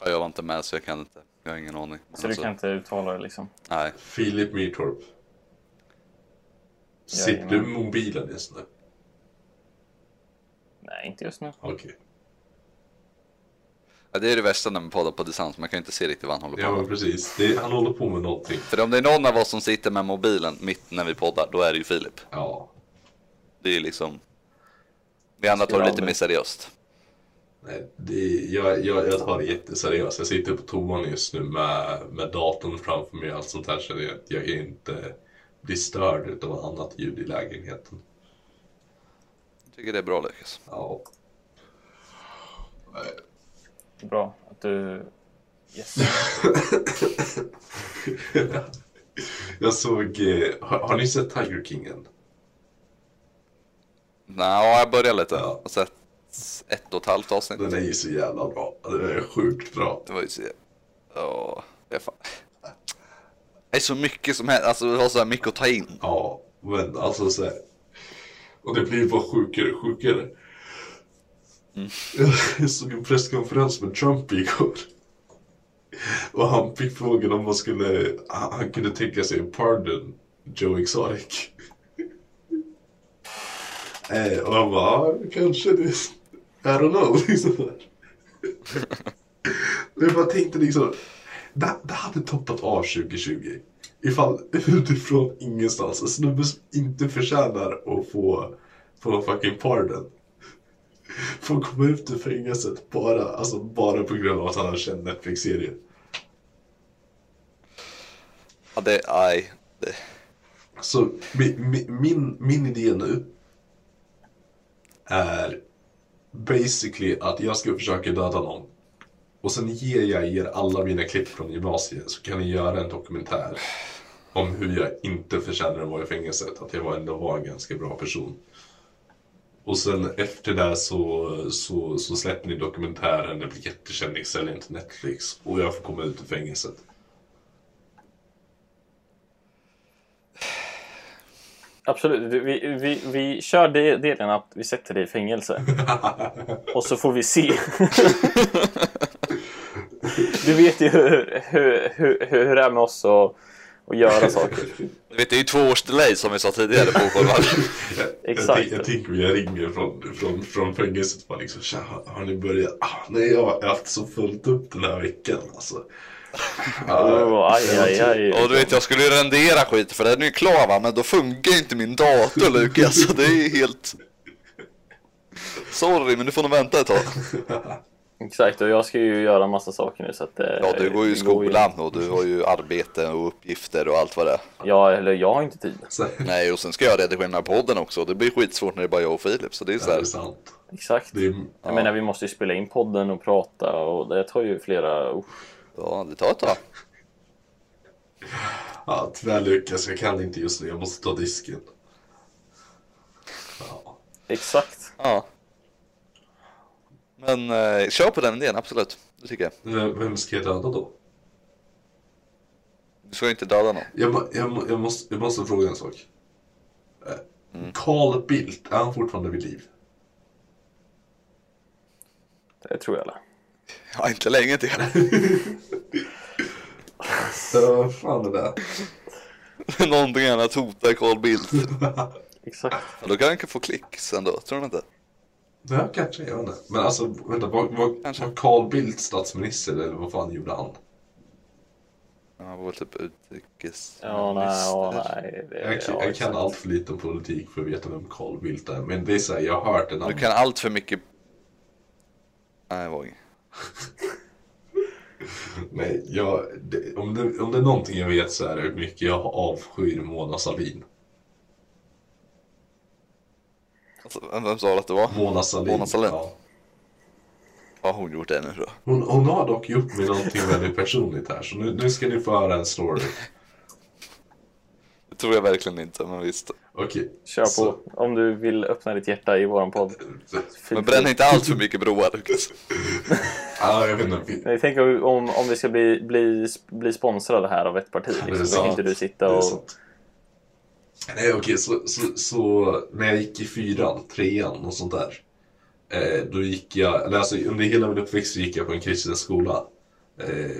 Speaker 2: Ja, jag var inte med så jag kan inte, jag har ingen aning. Men
Speaker 3: så du
Speaker 2: alltså,
Speaker 3: kan inte uttala det liksom.
Speaker 2: Nej,
Speaker 1: Filip Myrtorp. Sitter du med mobilen just nu?
Speaker 3: Nej, inte just nu.
Speaker 1: Okej.
Speaker 2: Ja, det är det värsta när man poddar på distans, man kan ju inte se riktigt vad han håller på
Speaker 1: Ja,
Speaker 2: med.
Speaker 1: men precis. Det, han håller på med någonting.
Speaker 2: För om det är någon av oss som sitter med mobilen mitt när vi poddar, då är det ju Filip.
Speaker 1: Ja.
Speaker 2: Det är liksom... Vi andra tar det lite mer seriöst.
Speaker 1: Nej, det, jag, jag, jag tar det jätteseriöst. Jag sitter på toan just nu med, med datorn framför mig och allt sånt här så jag, jag kan inte bli störd utav annat ljud i lägenheten.
Speaker 2: Jag tycker det är bra Lukas.
Speaker 1: Ja.
Speaker 3: Bra att du... Yes.
Speaker 1: Jag såg... eh, Har, har ni sett Tiger King än?
Speaker 2: Nej, jag börjar lite.
Speaker 1: Ja.
Speaker 2: Och så ett, ett och ett halvt avsnitt.
Speaker 1: Den är ju så jävla bra. Den är sjukt bra.
Speaker 2: Det var ju så... Ja, det är fan... Det är så mycket som händer. Alltså vi har så här mycket att ta in.
Speaker 1: Ja, men alltså så här. Och det blir bara sjukare och sjukare. Jag såg en presskonferens med Trump igår. Och han fick frågan om man skulle, han han kunde tänka sig en pardon Joe Exotic. Eh, och han bara, "Ja, kanske det. I don't know. Liksom. Men jag bara tänkte liksom. Det, det hade toppat av 2020. Ifall utifrån ingenstans en snubbe som inte förtjänar att få, få någon fucking pardon. Får komma ut ur fängelset bara, alltså bara på grund av att han har känt Netflix-serien.
Speaker 2: Ja, det, aj. Det.
Speaker 1: Så Alltså, mi, mi, min, min idé nu är basically att jag ska försöka döda någon. Och sen ger jag er alla mina klipp från gymnasiet så kan ni göra en dokumentär om hur jag inte förtjänade att vara i fängelset. Att jag var- ändå var en ganska bra person. Och sen efter det så, så, så släpper ni dokumentären, det blir jättekänd säljer till Netflix och jag får komma ut ur fängelset.
Speaker 3: Absolut. Du, Vi, vi, vi kör det- delen att vi sätter dig i fängelse. Och så får vi se. Du vet ju hur, hur, hur, hur det är med oss och, och göra saker.
Speaker 2: Du vet, det är ju två års delay som vi sa tidigare på själva...
Speaker 1: Jag-
Speaker 3: Exakt.
Speaker 1: Jag, tänk- jag tänker jag ringer från, från, från fängelset bara liksom Tja, har- har ni börjat? Ah, nej, jag har haft så fullt upp den här veckan alltså.
Speaker 3: Oh, aj, aj, aj.
Speaker 2: Och du vet, jag skulle ju rendera skiten för den är ju klar va, men då funkar ju inte min dator Lukas, så det är ju helt... Sorry, men du får nog vänta ett tag.
Speaker 3: Exakt, och jag ska ju göra en massa saker nu så att... eh,
Speaker 2: Ja, du går ju i
Speaker 3: det
Speaker 2: skolan och du har ju arbete och uppgifter och allt vad det är.
Speaker 3: Ja, eller jag har inte tid.
Speaker 1: Så,
Speaker 2: Nej, och sen ska jag redigera den här podden också. Det blir skitsvårt när det är bara jag och Filip, så det är så
Speaker 1: det
Speaker 2: här.
Speaker 1: är sant.
Speaker 3: Exakt.
Speaker 1: Det är,
Speaker 3: Jag menar, vi måste ju spela in podden och prata och det tar ju flera... usch.
Speaker 2: Ja, det tar ett tag.
Speaker 1: ja, tyvärr Lukas, jag kan inte just nu. Jag måste ta disken. Ja.
Speaker 3: Exakt.
Speaker 2: Ja. Men eh, kör på den idén, absolut. Det tycker jag.
Speaker 1: Vem vem ska jag döda då?
Speaker 2: Du ska ju inte döda någon.
Speaker 1: Jag, må- jag, må- jag, måste, jag måste fråga en sak. Eh,
Speaker 2: Mm.
Speaker 1: Carl Bildt, är han fortfarande vid liv?
Speaker 3: Det tror jag. eller?
Speaker 2: Ja, inte länge till.
Speaker 1: Så vad fan är det?
Speaker 2: Någonting annat hotar Carl Bildt.
Speaker 3: Exakt.
Speaker 2: Ja, då kan han få klick sen då, tror du inte?
Speaker 1: Ja, kanske. Jag vet inte. Men alltså, vänta, var, var,
Speaker 2: Kanske.
Speaker 1: var Carl Bildt statsminister eller vad fan gjorde han?
Speaker 2: Ja, Han var väl typ utrikes...
Speaker 3: Ja, nej, ja, nej. Det,
Speaker 1: Jag,
Speaker 3: ja,
Speaker 1: jag
Speaker 3: exakt.
Speaker 1: kan allt för lite om politik för att veta vem Carl Bildt är. Men det är så här, jag har hört det
Speaker 2: Du
Speaker 1: namnet.
Speaker 2: kan allt för mycket... Nej, jag vågar inte.
Speaker 1: Nej, jag, det, om, det, om det är någonting jag vet så är det hur mycket jag avskyr Mona Sahlin.
Speaker 2: Alltså, vem, vem sa att det var?
Speaker 1: Mona Sahlin.
Speaker 2: Mona Sahlin.
Speaker 1: Ja.
Speaker 2: Vad har hon gjort det nu då?
Speaker 1: Hon, hon har dock gjort mig någonting väldigt personligt här, så nu, nu ska ni få höra en story.
Speaker 2: Det tror jag verkligen inte, men visst.
Speaker 1: Okej.
Speaker 3: Kör på.
Speaker 1: Så-
Speaker 3: Om du vill öppna ditt hjärta i våran podd.
Speaker 2: Men bränn inte allt för mycket broar, Lukas.
Speaker 1: Ja, jag vet inte.
Speaker 3: Nej, tänk om, om, om vi ska bli, bli, bli sponsrade här av ett parti.
Speaker 1: är
Speaker 3: Liksom. Då
Speaker 1: sant.
Speaker 3: kan inte du
Speaker 1: Det
Speaker 3: sitta
Speaker 1: är
Speaker 3: och...
Speaker 1: sant. Nej okej, så, så, så när jag gick i fyran, trean och sånt där. Eh, då gick jag, eller alltså under hela min uppväxt så gick jag på en kristen skola. Eh,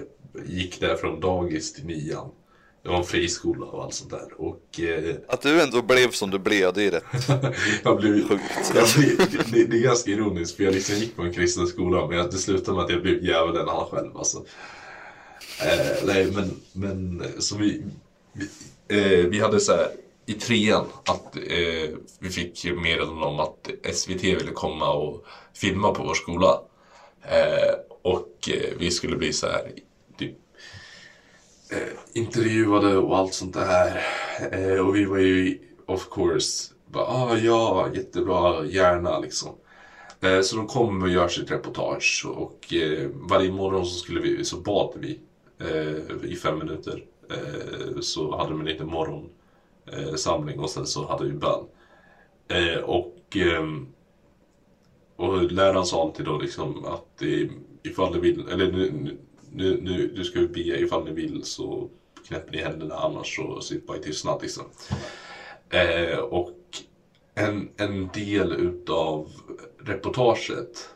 Speaker 1: gick där från dagis till nian. Det var en friskola och allt sånt där. Och eh,
Speaker 2: Att du ändå blev som du blev, det är rätt
Speaker 1: jag blev,
Speaker 2: sjukt.
Speaker 1: jag blev det, det, det är ganska ironiskt för jag liksom gick på en kristen skola men jag- det slutade med att jag blev djävulen han själv alltså. Eh, nej men, men så vi, vi, eh, vi hade så här i trean att eh, vi fick ju meddelanden om att SVT ville komma och filma på vår skola. Eh, och eh, vi skulle bli så här typ intervjuade och allt sånt där. Eh, och vi var ju of course bara, ah, ja, jättebra, gärna liksom. Eh, så de kom och gör sitt reportage och eh, varje morgon så, skulle vi, så bad vi eh, i fem minuter. Eh, så hade de en liten morgonsamling eh, samling och sen så hade vi bön. Eh, och, ehm, och läraren sa alltid då liksom att eh, ifall du vill, eller nu, nu, nu, nu, nu ska vi be, ifall ni vill så knäpper ni händerna annars så sitt bara i tystnad liksom. Eh, och en, en del utav reportaget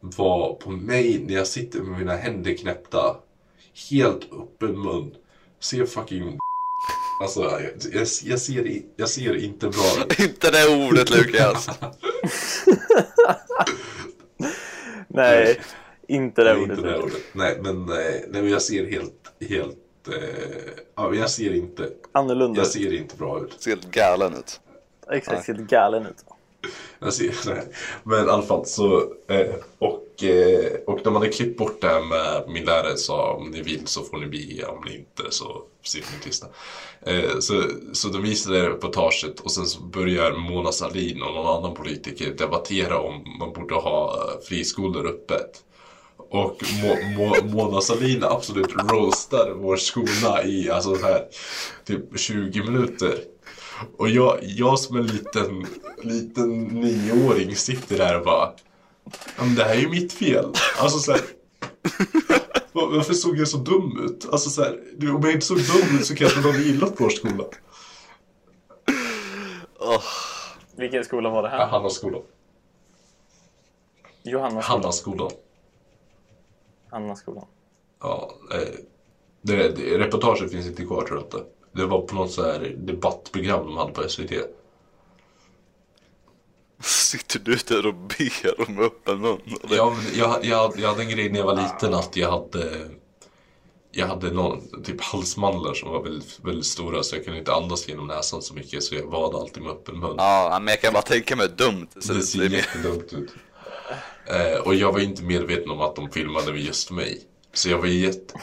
Speaker 1: var på mig när jag sitter med mina händer knäppta, helt öppen mun, ser fucking Alltså jag, jag, jag, ser, i- jag ser inte bra ut.
Speaker 2: Inte det ordet, Lukas.
Speaker 3: Nej, inte det
Speaker 4: Nej, inte
Speaker 3: ordet.
Speaker 4: det ordet. Nej, men, eh, nej, men jag ser helt, helt... Eh, ja, men jag ser inte.
Speaker 3: Annorlunda.
Speaker 4: Jag ser inte bra ut.
Speaker 2: Ser helt galen ut.
Speaker 3: Exakt, helt galen ut.
Speaker 4: Jag ser, nej.
Speaker 1: Men i alla fall så, eh, och, eh, och när man hade klippt bort det här med min lärare sa om ni vill så får ni bli, om ni inte så sitter ni tysta. Eh, så, så de visade det reportaget och sen så börjar Mona Sahlin och någon annan politiker debattera om man borde ha eh, friskolor öppet. Och Mo Mo Mona Sahlin absolut roastar vår skola i alltså så här, typ 20 minuter. Och jag, jag som en liten, liten nioåring sitter där och bara "Ja, men det här är ju mitt fel. Alltså så här, "Va- Varför såg jag så dum ut? Alltså så här, du, om jag inte såg dum ut så kanske de hade gillat vår skola.
Speaker 3: Vilken skola var det här?
Speaker 1: Ja, Hannaskolan.
Speaker 3: Johanna
Speaker 1: Hannaskolan.
Speaker 3: Hannaskolan.
Speaker 1: Ja, eh, det, det, reportaget finns inte kvar tror jag inte. Det var på något så här debattprogram de hade på SVT.
Speaker 2: Sitter du där och ber om öppen mun? eller?
Speaker 1: Ja, men jag, jag, jag hade en grej när jag var liten att jag hade jag hade någon, typ halsmandlar som var väldigt, väldigt stora så jag kunde inte andas genom näsan så mycket så jag badade alltid med öppen mun.
Speaker 2: Ja, men jag kan bara tänka mig hur dumt. Så
Speaker 1: det
Speaker 2: det
Speaker 1: ser
Speaker 2: är mer-
Speaker 1: jättedumt ut. Eh, och jag var inte medveten om att de filmade med just mig. Så jag var jätte...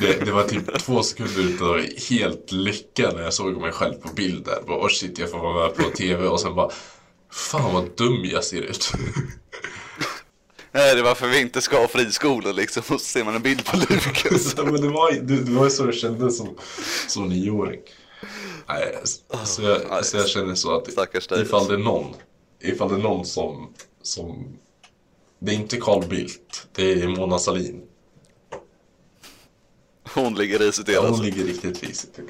Speaker 1: Det, det var typ två sekunder utav helt lycka när jag såg mig själv på bild där. Bara, oh shit, jag får vara med på TV och sen bara... Fan vad dum jag ser ut.
Speaker 2: Nej, det är varför vi inte ska ha friskolor liksom. Och så ser man en bild på Lukas.
Speaker 1: Så, Alltså, men det var, ju- det, det var ju så det kändes som, som nioåring. Nej, så, så, jag, så jag känner så att
Speaker 2: Ah, Stackars dig. alltså.
Speaker 1: ifall det är någon, ifall det är någon som, som det är inte Carl Bildt, det är Mona Sahlin.
Speaker 2: Hon ligger risigt till
Speaker 1: Hon
Speaker 2: alltså.
Speaker 1: ligger riktigt risigt till.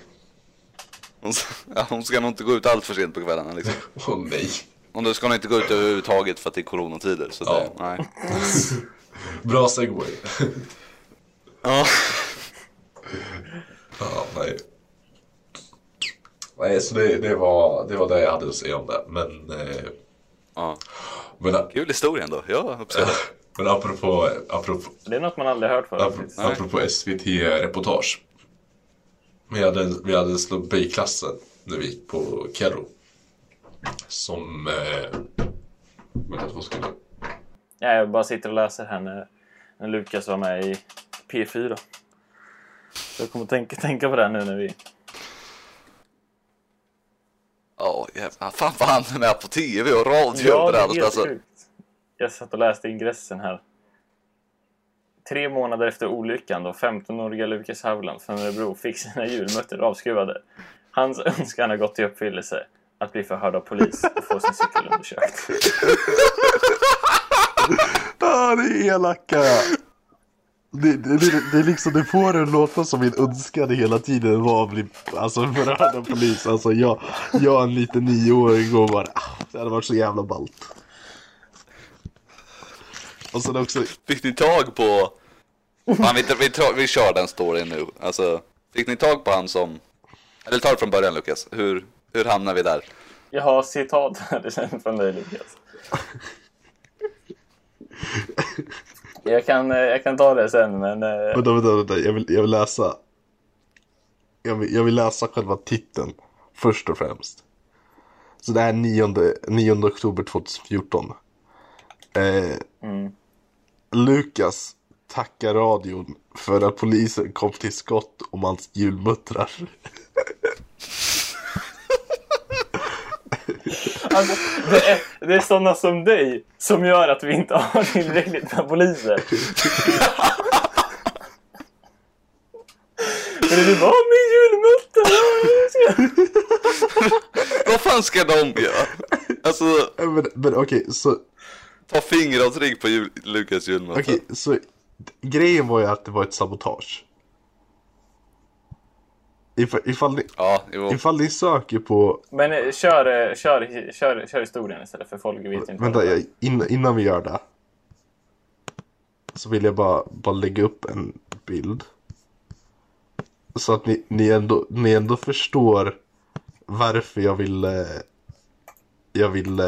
Speaker 2: Hon, ja, hon ska nog inte gå ut allt för sent på kvällarna liksom.
Speaker 1: Åh nej.
Speaker 2: Och då ska hon inte gå ut överhuvudtaget för att det är coronatider. Så det,
Speaker 1: Ja.
Speaker 2: nej.
Speaker 1: Bra segway.
Speaker 2: Ja.
Speaker 1: ja, nej. Nej, så det, det, var, det var det jag hade att säga om det. Men, eh,
Speaker 2: ja.
Speaker 1: men,
Speaker 2: Kul historia då. Jag uppskattar
Speaker 1: men apropå, apropå,
Speaker 3: Det är något man aldrig hört förut.
Speaker 1: Apropå,
Speaker 3: faktiskt.
Speaker 1: apropå SVT-reportage. Vi hade, en- vi hade en snubbe i klassen när vi gick på Kerro. Som... Eh, vänta, vad skulle jag...
Speaker 3: Ja, jag bara sitter och läser här när, när Lukas var med i P4. Så jag kommer att tänka, tänka på det här nu när vi...
Speaker 2: Ja, jävlar. Fan vad han är med på TV och radio överallt alltså.
Speaker 3: sjukt. Jag satt och läste ingressen här. Tre månader efter olyckan då 15-åriga Lukas Havland från Örebro fick sina julmötter avskruvade. Hans önskan har gått i uppfyllelse. Att bli förhörd av polis och få sin cykel undersökt.
Speaker 5: Ah, det är elaka! Det, det, det, det är liksom, det får det att låta som min önskan hela tiden var att bli alltså, förhörd av polis. Alltså jag, jag en liten nioåring och bara, ah, det hade varit så jävla ballt. Och sen också,
Speaker 2: Fick ni tag på... Fan, vi, vi, vi kör den storyn nu. Alltså, fick ni tag på han som... Eller ta det från början Lukas. Hur, hur hamnar vi där?
Speaker 3: Jag har citat här från dig Lukas. Jag kan, eh, jag kan ta det sen men... eh,
Speaker 5: vänta, vänta, vänta, jag vill, jag vill läsa. Jag vill, jag vill läsa själva titeln, först och främst. Så det här är 9, 9 oktober 2014. Eh,
Speaker 3: Mm.
Speaker 5: Lukas tackar radion för att polisen kom till skott om hans julmuttrar.
Speaker 3: Alltså, det, är, det är sådana som dig som gör att vi inte har tillräckligt med poliser. Men du bara "Åh, min julmötta! åh, jag ska-"
Speaker 2: Vad fan ska de göra? Alltså,
Speaker 5: Eh, Men, men okej, så,
Speaker 2: ta fingeravtryck på jul, Lukas julmöte.
Speaker 5: okej, så d- grejen var ju att det var ett sabotage. Ifall, ifall, ni,
Speaker 2: Ja, jo.
Speaker 5: ifall ni söker på...
Speaker 3: Men eh, kör, eh, kör, kör, kör historien istället för folk vet ju inte.
Speaker 5: Vänta, jag, inn- innan vi gör det. Så vill jag bara, bara lägga upp en bild. Så att ni, ni, ändå, ni ändå förstår varför jag vill... eh, Jag vill... eh,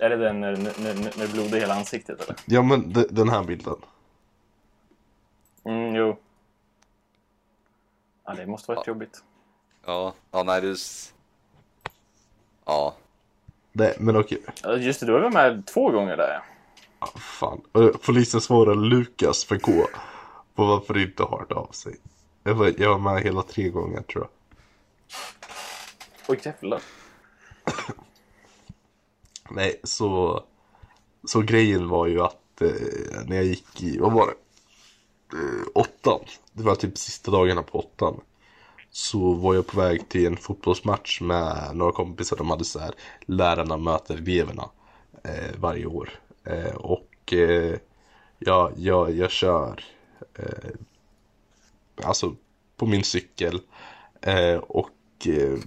Speaker 3: Är det den när, när, när, när det blodar i hela ansiktet eller?
Speaker 5: Ja men de, den här bilden.
Speaker 3: Mm, jo. Ja, det måste varit jobbigt.
Speaker 2: Ja, ja nej det är... s- Ja,
Speaker 5: Nej men okej.
Speaker 3: Ja, Just det, du var väl med två gånger där ja.
Speaker 5: Ah, Fan. Eh, Polisen svarar Lukas för K. På varför det inte har hört av sig. Jag var, jag var med hela tre gånger tror jag.
Speaker 3: Oj jävlar.
Speaker 5: Nej så. Så grejen var ju att eh, när jag gick i, vad var det? Eh, åttan. Det var typ sista dagarna på åttan. Så var jag på väg till en fotbollsmatch med några kompisar. De hade så här lärarna möter eleverna eh, varje år. Eh, och eh, jag, jag, jag kör eh, alltså på min cykel. Eh, och eh,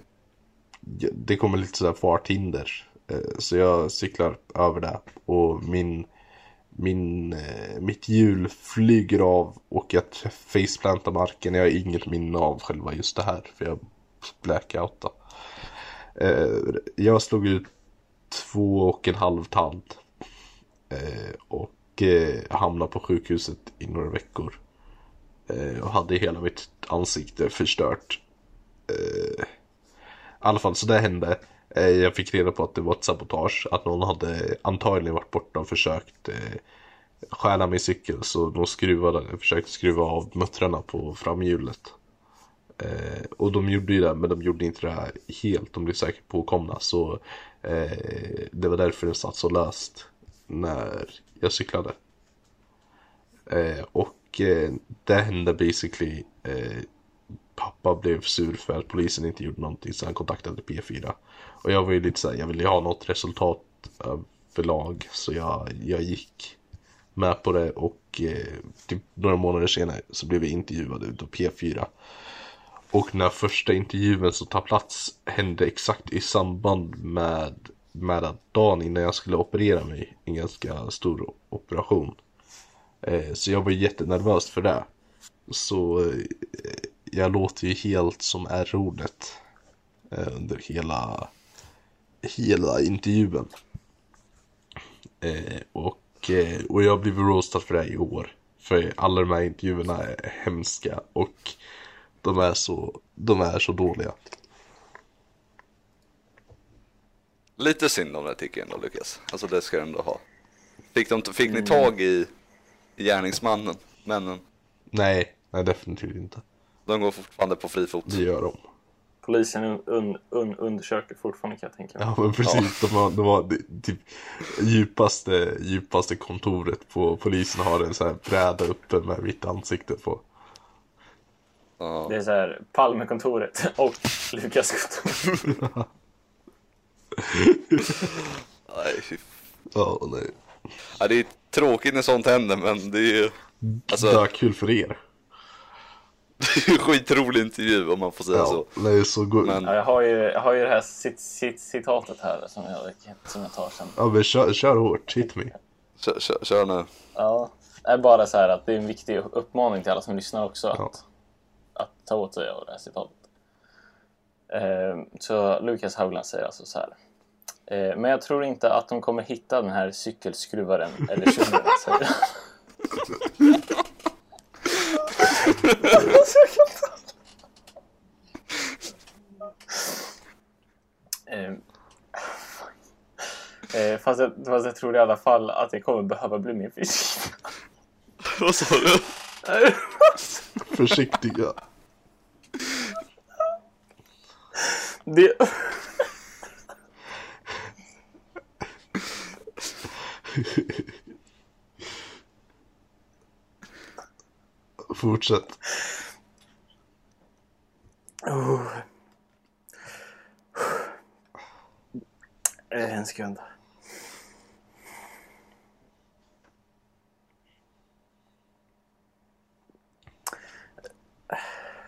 Speaker 5: ja, det kommer lite sådär farthinder. Eh, så jag cyklar över det och min, min, eh, mitt hjul flyger av och jag träff- faceplantar marken. Jag har inget minne av själva just det här för jag blackoutade. Eh, jag slog ut två och en halv tand. Eh, och eh, hamnade på sjukhuset i några veckor. Eh, och hade hela mitt ansikte förstört i alla fall, så det hände. Eh, Jag fick reda på att det var ett sabotage. Att någon hade antagligen varit borta och försökt eh, stjäla min cykel. Så de skruvade, försökte skruva av muttrarna på framhjulet. Eh, och de gjorde ju det, men de gjorde inte det här helt. De blev säkert påkomna. Så eh, det var därför den satt så löst när jag cyklade. Eh, och eh, det hände basically eh, pappa blev sur för att polisen inte gjorde någonting så han kontaktade P4. Och jag var ju lite såhär, jag ville ju ha något resultat överlag så jag, jag gick med på det och eh, typ några månader senare så blev vi intervjuade utav P4. Och när första intervjun som tar plats hände exakt i samband med, med att dagen innan jag skulle operera mig, en ganska stor operation. Eh, så jag var jättenervös för det. Så eh, jag låter ju helt som R-ordet eh, under hela, hela intervjun. Eh, och, eh, och jag blev roastad för det här i år. För alla de här intervjuerna är hemska och de är så, de är så dåliga.
Speaker 2: lite synd om det tycker jag ändå Lukas. Alltså det ska du ändå ha. Fick, de, fick ni tag i i gärningsmannen? Männen?
Speaker 5: Nej, nej definitivt inte.
Speaker 2: De går fortfarande på fri fot.
Speaker 5: Det gör de.
Speaker 3: Polisen un, un, un, undersöker fortfarande kan jag tänka mig.
Speaker 5: Ja men precis, de har, de har det- typ djupaste, djupaste kontoret på polisen har en sån här bräda uppe med mitt ansikte på.
Speaker 2: Ja.
Speaker 3: Det är så här Palmekontoret och Lukas kontor.
Speaker 2: Nej, fy f-
Speaker 5: Ja, nej.
Speaker 2: Ja, det är tråkigt när sånt händer men det är ju alltså,
Speaker 5: Det var kul för er.
Speaker 2: det är ju en skitrolig intervju om man får säga
Speaker 5: Ja,
Speaker 2: så.
Speaker 5: nej, så går...
Speaker 2: Men
Speaker 3: Ja, jag, har ju, jag har ju det här cit, cit, citatet här som jag, som jag tar sen.
Speaker 5: Ja, men kör, kör hårt, hit me.
Speaker 2: kör, kör, kör nu.
Speaker 3: Ja, det är bara så här att det är en viktig uppmaning till alla som lyssnar också att,
Speaker 5: Ja.
Speaker 3: att ta åt sig av det här citatet. Eh, så Lukas Haugland säger alltså så här. Eh, men jag tror inte att de kommer hitta den här cykelskruvaren eller tjuren, säger han. Eh, Eh, fast, jag, fast jag tror i alla fall att det kommer behöva bli mer fisk.
Speaker 2: Vad sa du?
Speaker 5: Försiktiga.
Speaker 3: Det...
Speaker 5: Fortsätt.
Speaker 3: Eh, En sekund.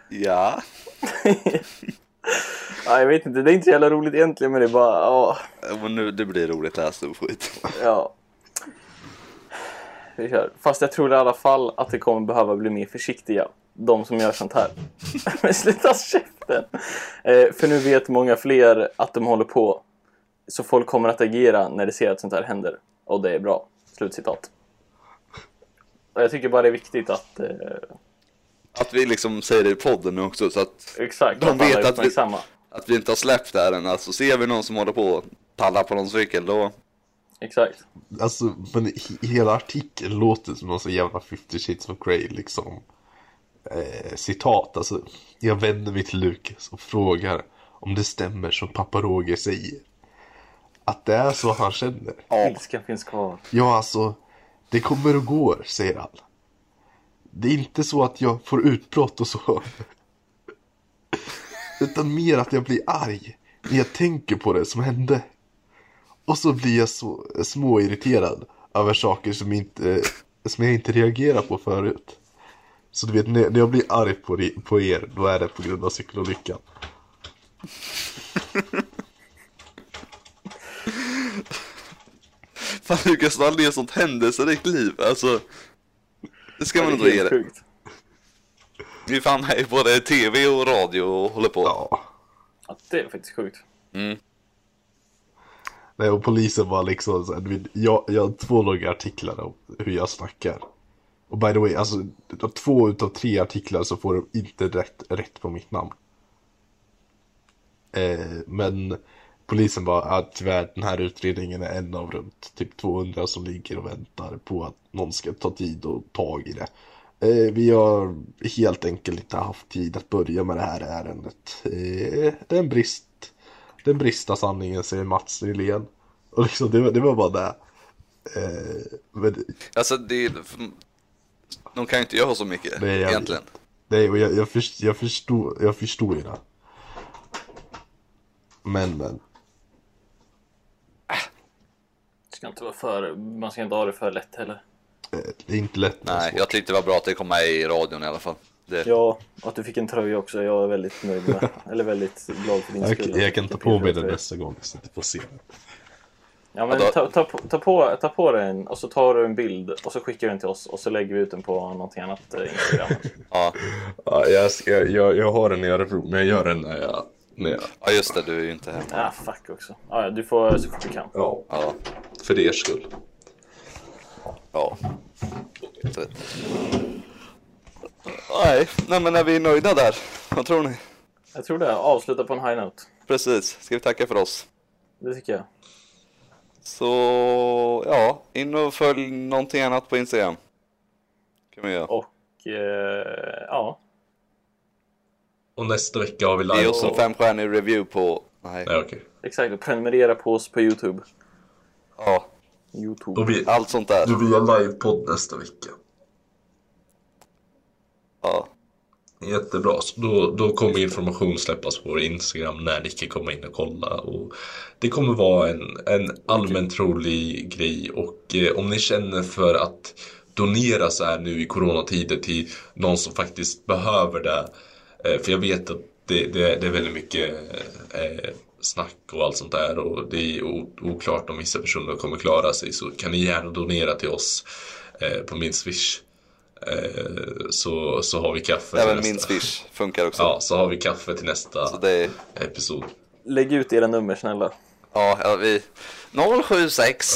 Speaker 2: Ja.
Speaker 3: Ja, jag vet inte, det är inte så jävla roligt egentligen men det är bara... ja,
Speaker 2: Men nu, det blir roligt det här så skit.
Speaker 3: ja. Vi kör. Fast jag tror i alla fall att det kommer behöva bli mer försiktiga. De som gör sånt här. Men sluta käften! Eh, för nu vet många fler att de håller på. Så folk kommer att agera när de ser att sånt här händer. Och det är bra. Slutcitat. Och jag tycker bara det är viktigt att... Eh,
Speaker 2: Att vi liksom säger det i podden nu också så att,
Speaker 3: exakt,
Speaker 2: De
Speaker 3: att alla
Speaker 2: vet
Speaker 3: är
Speaker 2: att vi-
Speaker 3: uppmärksamma.
Speaker 2: att vi inte har släppt det här än. Alltså ser vi någon som håller på och pallar på någon cykel då.
Speaker 3: Exakt.
Speaker 5: Alltså, men he- hela artikeln låter som någon sån jävla 50 shades of Grey liksom. Eh, citat, alltså. Jag vänder mig till Lukas och frågar om det stämmer som pappa Roger säger. Att det är så han känner.
Speaker 2: Ja.
Speaker 3: Ilskan finns kvar.
Speaker 5: Ja, alltså. Det kommer och går, säger han. Det är inte så att jag får utbrott och så. Utan mer att jag blir arg när jag tänker på det som hände. Och så blir jag så småirriterad över saker som, inte, som jag inte reagerar på förut. Så du vet, när när jag blir arg på, re- på er, då är det på grund av cykelolyckan.
Speaker 2: Fan Lukas, du har aldrig ett sånt händelserikt liv. Alltså. Det ska man
Speaker 3: Det är
Speaker 2: inte ge
Speaker 3: helt
Speaker 2: dig.
Speaker 3: sjukt.
Speaker 2: Vi är fan med i både tv och radio och håller på.
Speaker 5: Ja.
Speaker 3: Ja, det är faktiskt sjukt.
Speaker 5: Nej, och polisen var liksom så här, du vet, jag, jag har två långa artiklar om hur jag snackar. Och by the way, alltså av två utav tre artiklar så får de inte rätt, rätt på mitt namn. Eh, men polisen bara att tyvärr den här utredningen är en av runt typ 200 som ligger och väntar på att någon ska ta tid och tag i det. Eh, vi har helt enkelt inte haft tid att börja med det här ärendet. Eh, det är en brist den brista sanningen säger Mats Nylén. Och liksom det var, det var bara det. Eh, men,
Speaker 2: Alltså det är... De kan ju inte göra så mycket
Speaker 5: Nej, jag vet.
Speaker 2: egentligen.
Speaker 5: nej, och jag, jag, först, jag, förstår, jag förstår ju det. Men, men.
Speaker 3: Det Ska inte vara för, man ska inte ha det för lätt heller.
Speaker 5: eh, Det är inte lätt. men
Speaker 2: Nej,
Speaker 5: svårt.
Speaker 2: jag tyckte det var bra att det kom med i radion i alla fall. Det...
Speaker 3: Ja, och att du fick en tröja också. Jag är väldigt nöjd med. Eller väldigt glad för din
Speaker 5: jag,
Speaker 3: skull.
Speaker 5: jag, kan ta på mig den nästa gång så att du får se den.
Speaker 3: Ja, men
Speaker 2: Ja, då-
Speaker 3: ta, ta, på- ta, på, ta på den och så tar du en bild och så skickar du den till oss och så lägger vi ut den på någonting annat eh, Instagram.
Speaker 2: Ja.
Speaker 1: Ja, jag, ska- jag, jag har den i Örebro, men jag gör den när jag... När jag
Speaker 2: ja, just det, du är ju inte hemma.
Speaker 3: ah, fuck också. Ah, ja, du får så fort du kan.
Speaker 1: ja,
Speaker 2: Ja.
Speaker 1: för er skull.
Speaker 2: Ja. Så. Nej, nej men är vi nöjda där? Vad tror ni?
Speaker 3: Jag tror det. Avsluta på en high note.
Speaker 2: Precis, ska vi tacka för oss?
Speaker 3: Det tycker jag.
Speaker 2: Så ja, in och följ någonting annat på Instagram. kan vi göra.
Speaker 3: Och eh, ja,
Speaker 1: Och nästa vecka har vi live.
Speaker 2: Ge oss en femstjärnig review på... Nej.
Speaker 1: Nej, okej.
Speaker 3: exakt. Och prenumerera på oss på Youtube.
Speaker 2: Ja,
Speaker 3: Youtube.
Speaker 1: Då blir,
Speaker 2: allt sånt där.
Speaker 1: då blir jag livepodd nästa vecka.
Speaker 2: Ja.
Speaker 1: Jättebra. Så då, då kommer information släppas på vår Instagram när ni kan komma in och kolla. Och det kommer vara en, en allmänt rolig grej och eh, om ni känner för att donera så här nu i coronatider till någon som faktiskt behöver det. Eh, för jag vet att det, det, det är väldigt mycket eh, snack och allt sånt där och det är o- oklart om vissa personer kommer klara sig så kan ni gärna donera till oss eh, på min swish. Eh, så, så har vi kaffe till
Speaker 2: Även
Speaker 1: nästa-
Speaker 2: min swish funkar också.
Speaker 1: Ja, så har vi kaffe till nästa
Speaker 2: Så det är...
Speaker 1: episod.
Speaker 3: Lägg ut era nummer snälla.
Speaker 2: Ja, ja, vi... 076.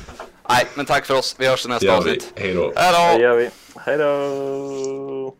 Speaker 2: Nej, men tack för oss. Vi hörs i
Speaker 1: Det
Speaker 2: nästa
Speaker 1: gör vi.
Speaker 2: avsnitt.
Speaker 1: Hej då.
Speaker 2: Hej då!
Speaker 3: Det gör vi. Hej då!